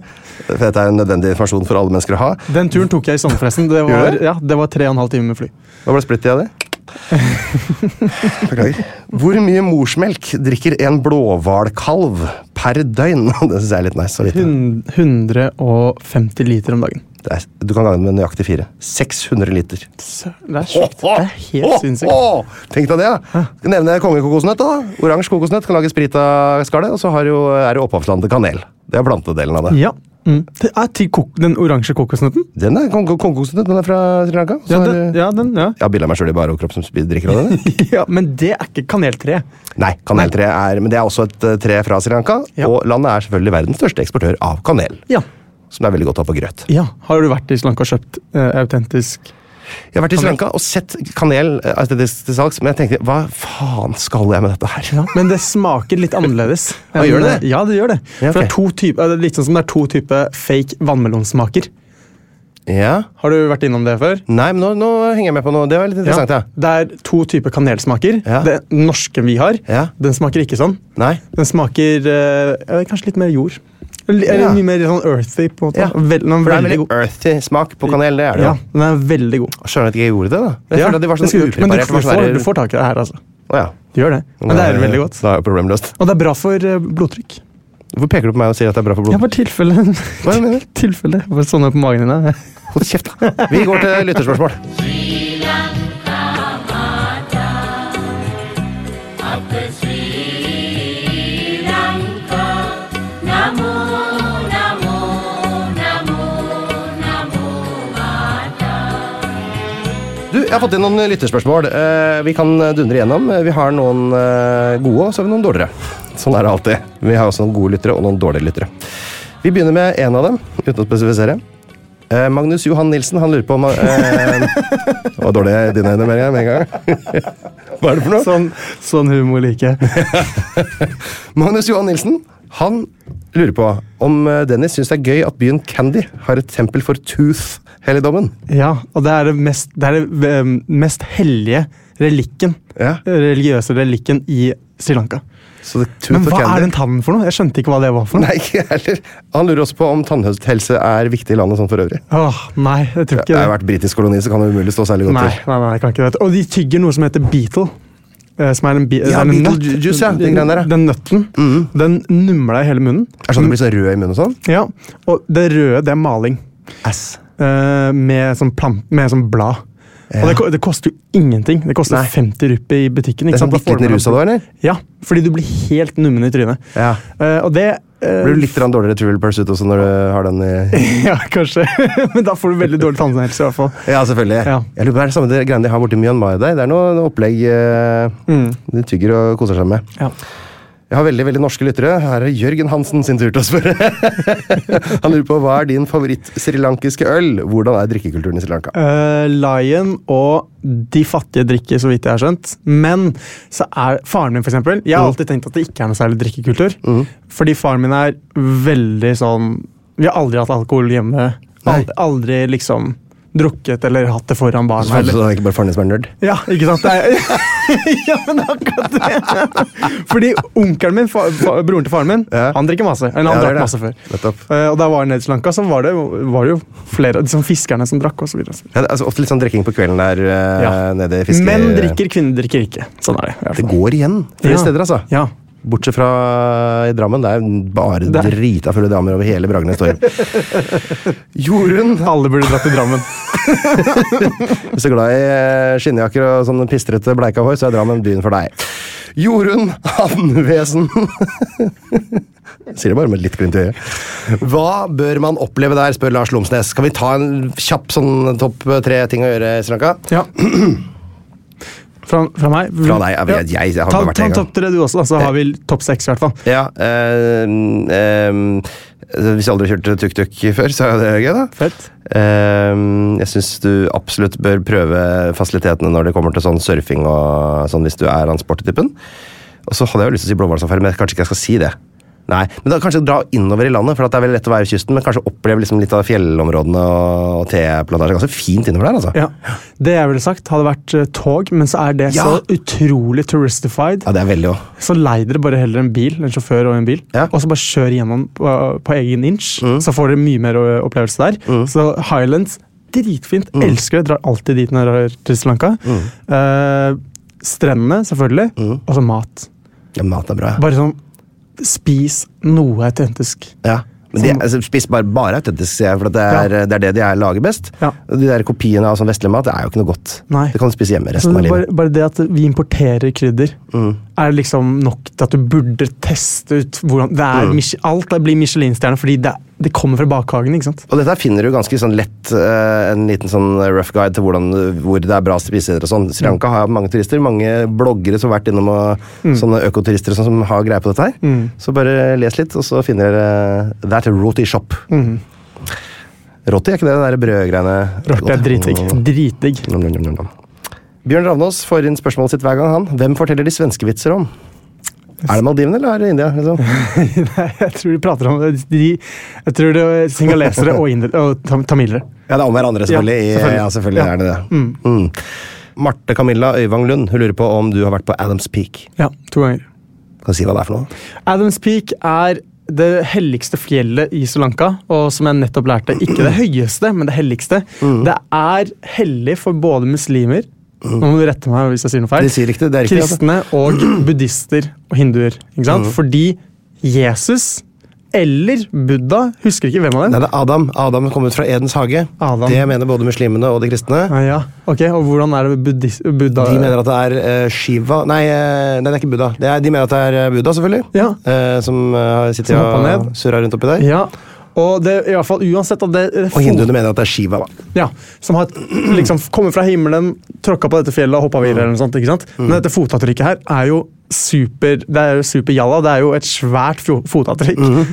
Speaker 1: For dette er en nødvendig informasjon for alle mennesker å ha.
Speaker 2: Den turen tok jeg i sommer, forresten. Det
Speaker 1: Gjorde
Speaker 2: var,
Speaker 1: du det?
Speaker 2: ja, det var tre og en halv time med fly.
Speaker 1: Hva ble splittet av det? Beklager. Hvor mye morsmelk drikker en blåhvalkalv per døgn? Det syns jeg er litt nice å vite.
Speaker 2: Hun- 150 liter om dagen.
Speaker 1: Det er, du kan gange den med nøyaktig fire. 600 liter.
Speaker 2: Søren, Det er sjukt. Det er helt
Speaker 1: Åh,
Speaker 2: sinnssykt.
Speaker 1: åh, Tenk deg det, da. Skal nevne kongekokosnøtt. da. Oransje kokosnøtt kan lage sprit av skallet, og så har jo, er det opphavslandet kanel. Det er plantedelen av det.
Speaker 2: Ja. Mm. Det er til kok den oransje kokosnøtten.
Speaker 1: Den er konge- kongekokosnøtt, den er fra Sri Lanka. Så
Speaker 2: Ja,
Speaker 1: har-
Speaker 2: den, ja, den, ja.
Speaker 1: Jeg har bilde av meg sjøl i bare overkropp som spi- drikker av den. jeg.
Speaker 2: ja. Men det er ikke kaneltre.
Speaker 1: Nei, kaneltre er Men det er også et eh, tre fra Sri Lanka,
Speaker 2: Ja.
Speaker 1: og landet er selvfølgelig verdens største eksportør av kanel.
Speaker 2: Ja.
Speaker 1: Som er veldig godt å ha på grøt.
Speaker 2: ja. Har du vært i Sri Lanka og kjøpt eh, autentisk
Speaker 1: Jeg har vært i Sri Lanka og sett kanel eh, altså, til, til salgs, men jeg tenkte hva faen skal jeg med dette her?
Speaker 2: Ja, men det smaker litt annerledes.
Speaker 1: Ja,
Speaker 2: enn-
Speaker 1: gjør det det?
Speaker 2: Ja, det gjør det.
Speaker 1: Ja,
Speaker 2: For
Speaker 1: ok.
Speaker 2: det er to typer, det er litt sånn som det er to typer fake vannmelonsmaker.
Speaker 1: Ja.
Speaker 2: Har du vært innom det før?
Speaker 1: Nei, men nå, nå henger jeg med på noe. Det var litt interessant, ja.
Speaker 2: Det er to typer kanelsmaker.
Speaker 1: Ja.
Speaker 2: Den norske vi har,
Speaker 1: Ja.
Speaker 2: den smaker ikke sånn.
Speaker 1: Nei?
Speaker 2: Den smaker eh, ja, kanskje litt mer jord. Eller eller
Speaker 1: Ja.
Speaker 2: mye mer sånn earthy, på en måte.
Speaker 1: Ja.
Speaker 2: Vel, den er
Speaker 1: For det er
Speaker 2: veldig
Speaker 1: veldig
Speaker 2: god.
Speaker 1: earthy smak på kanel, det er det
Speaker 2: Ja,
Speaker 1: jo.
Speaker 2: den er veldig god.
Speaker 1: Skjønner at ikke jeg gjorde det, da. Jeg
Speaker 2: Ja,
Speaker 1: følte at de var
Speaker 2: det
Speaker 1: sånn
Speaker 2: skulle du ikke- men du,
Speaker 1: upreparerte.
Speaker 2: du,
Speaker 1: var sånn
Speaker 2: får,
Speaker 1: der-
Speaker 2: du får tak i det her, altså.
Speaker 1: Å, ja.
Speaker 2: Du gjør det. Men det er veldig godt.
Speaker 1: Da er det problemløst.
Speaker 2: Og det er bra for eh, blodtrykk.
Speaker 1: Hvorfor peker du på meg og sier at det er bra for
Speaker 2: Ja,
Speaker 1: blodet?
Speaker 2: bare tilfelle.
Speaker 1: Hva er det du mener?
Speaker 2: tilfelle. Bare sånne på magen din. ja.
Speaker 1: Hold kjeft, da. Vi går til lytterspørsmål. Du, Jeg har fått inn noen lytterspørsmål. Eh, Vi kan dundre igjennom. Vi har noen eh, gode, og så har vi noen dårligere. Sånn er det alltid. Vi har også noen gode lyttere og noen dårlige lyttere. Vi begynner med en av dem, uten å spesifisere. Eh, Magnus Johan Nilsen han lurer på om han- eh, Det var dårlig i dine øyne med en gang- med en gang. Hva er det for noe?
Speaker 2: Sånn, sånn humor liker jeg.
Speaker 1: Magnus Johan Nilsen han lurer på om eh, Dennis syns det er gøy at byen Candy har et tempel for Tooth-helligdommen.
Speaker 2: Ja, og det er det mest, det er det, eh, mest hellige relikken,
Speaker 1: Ja.
Speaker 2: religiøse relikken i Sri Lanka.
Speaker 1: Så det, tooth
Speaker 2: Men
Speaker 1: og
Speaker 2: hva
Speaker 1: candy.
Speaker 2: er den tannen for noe? Jeg skjønte ikke hva det var for noe.
Speaker 1: Nei, ikke jeg heller. Han lurer også på om tannhelse er viktig i landet sånn for øvrig.
Speaker 2: Åh, nei, jeg tror
Speaker 1: Jeg
Speaker 2: ikke
Speaker 1: har
Speaker 2: det.
Speaker 1: vært britisk koloni, så kan det umulig stå særlig godt
Speaker 2: Nei,
Speaker 1: til.
Speaker 2: nei, nei, jeg kan ikke det. Og de tygger noe som heter beetle. eh, Som er en, bi
Speaker 1: Ja,
Speaker 2: det er en
Speaker 1: beetle ju- juice, ja, de greiene der, ja. Mm.
Speaker 2: Den nøtten. Den numler deg i hele munnen.
Speaker 1: Er det sånn at du blir så rød i munnen og sånn?
Speaker 2: Ja, Og det røde, det er maling.
Speaker 1: Ass.
Speaker 2: eh, med sånn, plant, med sånn blad. Og det, ko- det koster jo ingenting. Det koster
Speaker 1: Nei.
Speaker 2: 50 rupi i butikken.
Speaker 1: Det
Speaker 2: Ikke
Speaker 1: er sånn
Speaker 2: sant? Da
Speaker 1: bitte
Speaker 2: får
Speaker 1: liten
Speaker 2: man-
Speaker 1: rus av det, eller?
Speaker 2: Ja, fordi du blir helt nummen i trynet.
Speaker 1: Ja.
Speaker 2: Eh, og det eh,
Speaker 1: Blir du litt grann dårligere Trivial Pursuit også når du har den i
Speaker 2: Ja, kanskje. Men da får du veldig dårlig tannhelse. i hvert fall.
Speaker 1: Ja, selvfølgelig.
Speaker 2: Ja.
Speaker 1: Jeg lurer på, er det samme det greiene de har borti Myanmar der? Det er noe, noe opplegg eh, de tygger og koser seg med.
Speaker 2: Mm. Ja.
Speaker 1: Jeg har veldig veldig norske lyttere. Her er Jørgen Hansen sin tur til å spørre. Han lurer på hva er din favoritt-srilankiske øl? Hvordan er drikkekulturen i Sri Lanka?
Speaker 2: Eh, Lion og De fattige drikker, så vidt jeg har skjønt. Men så er faren min, for eksempel Jeg
Speaker 1: Mm.
Speaker 2: har alltid tenkt at det ikke er noe særlig drikkekultur. Fordi faren min er veldig sånn Vi har aldri hatt alkohol hjemme.
Speaker 1: Nei.
Speaker 2: Aldri, aldri liksom drukket eller hatt det foran
Speaker 1: Så
Speaker 2: barna.
Speaker 1: det
Speaker 2: Eller.
Speaker 1: er egentlig bare faren din som er nerd?
Speaker 2: Ja, ikke sant? Det er, ja, men akkurat det! Fordi onkelen min, fa, fa, broren til faren min,
Speaker 1: Ja.
Speaker 2: han drikker masse. Eller
Speaker 1: Ja, det
Speaker 2: han
Speaker 1: er
Speaker 2: drakk
Speaker 1: det.
Speaker 2: masse før.
Speaker 1: Nettopp.
Speaker 2: Eh, og da jeg var i Ned Sri Lanka, så var det, var det jo flere liksom fiskerne som drakk. Og så videre, og så videre.
Speaker 1: Ja, det er altså ofte litt sånn drikking på kvelden der eh,
Speaker 2: Ja.
Speaker 1: nede i fiske...
Speaker 2: Menn drikker, kvinner drikker ikke. Sånn er det. i hvert
Speaker 1: Det
Speaker 2: fall.
Speaker 1: går igjen flere
Speaker 2: Ja.
Speaker 1: steder, altså.
Speaker 2: Ja.
Speaker 1: Bortsett fra i Drammen. Det er bare
Speaker 2: Det er-
Speaker 1: drita fulle damer over hele Bragernes torg. Jorunn
Speaker 2: Alle burde dratt til Drammen.
Speaker 1: Hvis du er glad i eh, skinnjakker og sånn pistrete, bleika hår, så er Drammen byen for deg. Jorunn Andvesen Sier det bare med litt glimt i øyet. Hva bør man oppleve der, spør Lars Lomsnes. Kan vi ta en kjapp sånn topp tre ting å gjøre, Sri Lanka?
Speaker 2: Ja. Fra, fra meg?
Speaker 1: Fra deg, jeg vet- jeg- jeg har
Speaker 2: ta,
Speaker 1: bare vært
Speaker 2: ta
Speaker 1: en
Speaker 2: en
Speaker 1: gang.
Speaker 2: topp tre, du også, da, så har vi topp seks. i hvert fall.
Speaker 1: Ja, eh, mm, eh, Hvis jeg aldri har kjørt tuk-tuk før, så er det gøy, da.
Speaker 2: Fett.
Speaker 1: Eh, jeg syns du absolutt bør prøve fasilitetene når det kommer til sånn surfing og sånn, hvis du er han sportetypen. Og så hadde jeg jo lyst til å si blåhvalsafari, men kanskje ikke jeg skal si det. Nei, men da kanskje dra innover i landet, for at det er veldig lett å være ved kysten, men kanskje oppleve liksom litt av fjellområdene og teplantasjer. Ganske fint innover der, altså.
Speaker 2: Ja. Det jeg ville sagt, hadde vært eh, tog, men så er det
Speaker 1: Ja.
Speaker 2: så utrolig touristified.
Speaker 1: Ja, det er veldig òg.
Speaker 2: Så lei dere bare heller en bil, en sjåfør og en bil,
Speaker 1: Ja.
Speaker 2: og så bare kjør gjennom på, på egen inch. Så får dere mye mer ø, opplevelse der. Så Highlands, dritfint. Elsker det. Drar alltid dit når jeg er til Sri Lanka. Eh, strendene, selvfølgelig. Og så mat.
Speaker 1: Ja, mat er bra, ja.
Speaker 2: Bare sånn Spis noe autentisk.
Speaker 1: ja. Men de, altså, spis bare, bare autentisk, sier jeg, for at det er, det er det de er lager best.
Speaker 2: Ja.
Speaker 1: Og De der kopiene av sånn vestlig mat, det er jo ikke noe godt.
Speaker 2: Nei.
Speaker 1: Det kan du spise hjemme
Speaker 2: Så
Speaker 1: resten av
Speaker 2: det er bare,
Speaker 1: livet.
Speaker 2: bare det at vi importerer krydder, er liksom nok til at du burde teste ut hvordan det er Mich- Alt der blir Michelin-stjerne fordi det, det kommer fra bakhagen. ikke sant?
Speaker 1: Og dette her finner du ganske sånn lett eh, en liten sånn rough guide til hvordan, hvor det er bra spisesteder og sånn. Sri Lanka har mange turister, mange bloggere som har vært innom og sånne økoturister og sånn, som har greie på dette her.
Speaker 2: Mm.
Speaker 1: Så bare les litt, og så finner dere That Roti Shop. Roti er ikke det, det der brødgreiene?
Speaker 2: Rart det er dritdigg. Dritdigg.
Speaker 1: Nom, nom, nom, nom, nom. Bjørn Ravnås får inn spørsmålet sitt hver gang. han. Hvem forteller de svenske vitser om? Er det Maldivene eller er det India? Liksom?
Speaker 2: Nei, jeg tror de prater om det. de, Jeg tror det er singalesere og, inder, og tam tamilere.
Speaker 1: Ja, det er om hverandre, selvfølgelig.
Speaker 2: Ja,
Speaker 1: I-
Speaker 2: selvfølgelig.
Speaker 1: Ja, selvfølgelig
Speaker 2: Ja.
Speaker 1: er det det. Mm. Marte Camilla Øyvang Lund hun lurer på om du har vært på Adams Peak.
Speaker 2: Ja, to ganger.
Speaker 1: Kan du si hva det er for noe?
Speaker 2: Adams Peak er det helligste fjellet i Sri Lanka, og som jeg nettopp lærte, ikke det høyeste, men det helligste. Det er hellig for både muslimer Nå må du rette meg hvis jeg Mm. sier noe feil.
Speaker 1: De sier riktig, det er riktig, altså.
Speaker 2: Kristne og buddhister og hinduer. Ikke sant? Fordi Jesus eller Buddha, husker ikke hvem av
Speaker 1: Nei,
Speaker 2: dem.
Speaker 1: det er Adam. Adam kom ut fra Edens hage.
Speaker 2: Adam.
Speaker 1: Det mener både muslimene og de kristne.
Speaker 2: Ah, ja. Ok, Og hvordan er det buddhis- Buddha
Speaker 1: De mener at det er eh, Shiva nei, eh, nei, det er ikke Buddha. Det er, de mener at det er eh, Buddha, selvfølgelig.
Speaker 2: Ja.
Speaker 1: Eh, som eh, sitter
Speaker 2: Som hoppa
Speaker 1: og
Speaker 2: ned.
Speaker 1: surrer rundt oppi der.
Speaker 2: Ja, og det i hvert fall uansett at det, det
Speaker 1: Og hinduene mener at det er Shiva. da.
Speaker 2: Ja, som har liksom kommet fra himmelen, tråkka på dette fjellet og hoppa videre. eller noe sånt, ikke sant?
Speaker 1: Mm.
Speaker 2: Men dette fotavtrykket her er jo super det er jo super jalla. Det er jo et svært fjo- fotavtrykk.
Speaker 1: Mm.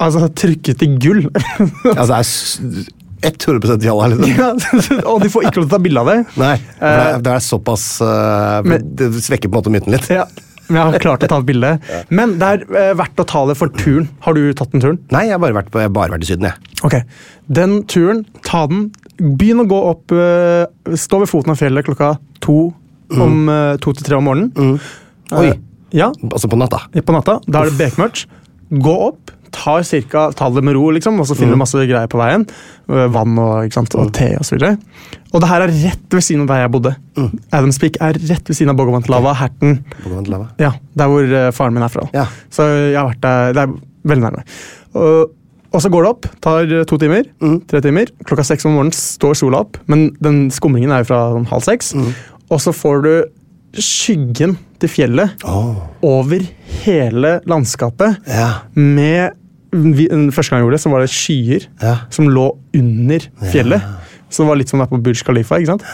Speaker 2: Altså trykket i gull.
Speaker 1: Altså, det er s- 100 jalla, liksom.
Speaker 2: Ja, og de får ikke lov til å ta bilde av det.
Speaker 1: Nei, for det, er, det er såpass eh,
Speaker 2: men-
Speaker 1: Det svekker på en måte myten litt.
Speaker 2: Ja, men jeg har klart å ta et bilde. Men det er eh, verdt å ta det for turen. Har du tatt den turen?
Speaker 1: Nei, jeg har bare vært, på, jeg har bare vært i Syden, jeg.
Speaker 2: Ok, Den turen, ta den. Begynn å gå opp eh, Stå ved foten av fjellet klokka to om eh, to til tre om morgenen.
Speaker 1: Mm. Oi.
Speaker 2: Eh, ja,
Speaker 1: Altså på natta.
Speaker 2: på natta. Da er det bekmørkt. Gå opp, ta, cirka, ta det med ro, liksom, og så
Speaker 1: Mm.
Speaker 2: finner du masse greier på veien. Øh, Vann og, ikke sant, og te og så videre. Og det her er rett ved siden av der jeg bodde.
Speaker 1: Mm.
Speaker 2: Adams Peak er rett ved siden av Bogomantlava, Herten.
Speaker 1: Bogomantlava.
Speaker 2: Ja, Der hvor øh, faren min er fra.
Speaker 1: Ja.
Speaker 2: Så jeg har vært der, det er veldig nærme. Og, og så går det opp, tar øh, to timer, tre timer. Klokka seks om morgenen står sola opp, men den skumringen er jo fra sånn halv seks. Og så får du skyggen til fjellet over hele landskapet.
Speaker 1: Ja.
Speaker 2: Med vi, den Første gang jeg gjorde det, så var det skyer
Speaker 1: Ja.
Speaker 2: som lå under fjellet. Så det var litt som det er på Burj Khalifa. ikke sant?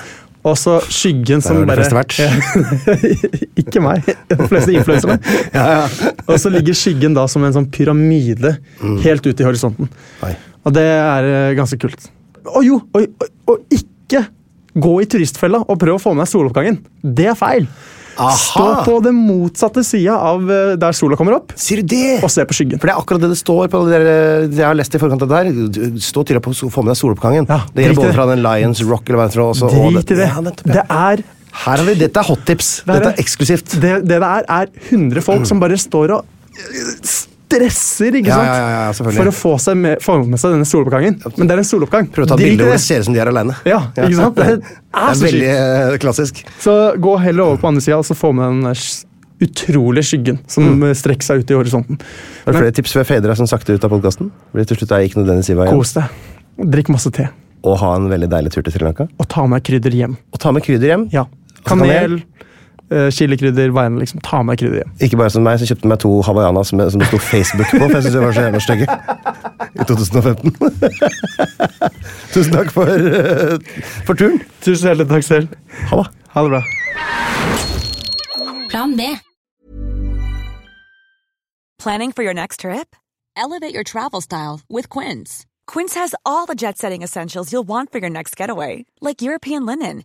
Speaker 2: Og så skyggen som
Speaker 1: har de
Speaker 2: bare
Speaker 1: fleste
Speaker 2: Ikke meg. De fleste influenserne. Og så ligger skyggen da som en sånn pyramide
Speaker 1: Mm.
Speaker 2: helt ut i horisonten.
Speaker 1: Oi.
Speaker 2: Og det er eh, ganske kult. Å jo, og, og, og ikke gå i turistfella og prøv å få med deg soloppgangen. Det er feil.
Speaker 1: Aha!
Speaker 2: Stå på den motsatte sida av eh, der sola kommer opp,
Speaker 1: Sier du det?!
Speaker 2: og se på skyggen.
Speaker 1: For det er akkurat det det står på det, der, det jeg har lest i forkant av det her. Stå tidlig på å få med deg soloppgangen.
Speaker 2: Ja,
Speaker 1: det
Speaker 2: drit i
Speaker 1: gjelder
Speaker 2: det.
Speaker 1: både fra den Lions Rock eller hva det heter. også, og
Speaker 2: Drit i det.
Speaker 1: Ja, nettopp,
Speaker 2: Det
Speaker 1: ja.
Speaker 2: er
Speaker 1: Her har vi, dette er hot tips.
Speaker 2: er
Speaker 1: Dette
Speaker 2: det.
Speaker 1: er eksklusivt.
Speaker 2: det, det det er, er 100 folk som bare står og eh, stresser ikke
Speaker 1: Ja,
Speaker 2: sant?
Speaker 1: ja, ja, ja, selvfølgelig.
Speaker 2: for å få, seg med, få med seg denne soloppgangen. Men det er en soloppgang.
Speaker 1: Prøv å ta
Speaker 2: Drit i
Speaker 1: bilder hvor det
Speaker 2: det.
Speaker 1: ser ut som de er aleine.
Speaker 2: Ja, ikke sant? Det er så
Speaker 1: veldig eh, klassisk.
Speaker 2: Så gå heller over på andre sida og så få med den der s- utrolige skyggen som
Speaker 1: Mm.
Speaker 2: eh, strekker seg ut i horisonten.
Speaker 1: Har du
Speaker 2: Men-
Speaker 1: flere tips før jeg fader deg sånn sakte ut av podkasten? Til slutt er jeg ikke nødvendigvis Ivar igjen.
Speaker 2: Kos deg. Drikk masse te.
Speaker 1: Og ha en veldig deilig tur til Sri Lanka.
Speaker 2: Og ta med krydder hjem.
Speaker 1: Og ta med krydder hjem.
Speaker 2: Ja. Kanel,
Speaker 1: kanel?
Speaker 2: eh, chilikrydder, hva enn. Liksom. Ta med krydder hjem.
Speaker 1: Ikke bare som meg, så kjøpte jeg meg to hawaiiana som, som det sto Facebook på. For jeg synes de var så jævla stygge. I 2015. Tusen takk for, eh, for turen.
Speaker 2: Tusen hjertelig takk selv.
Speaker 1: Ha det.
Speaker 2: Ha det bra.
Speaker 3: Plan B.
Speaker 4: Planning for your next trip?
Speaker 3: Elevate your travel style with Quince.
Speaker 4: Quince has all the jet setting essentials you'll want for your next getaway, like European linen,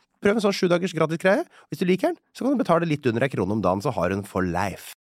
Speaker 1: Prøv en sånn sju dagers gratis greie. Hvis du liker den, så kan du betale litt under ei krone om dagen, så har du den for life.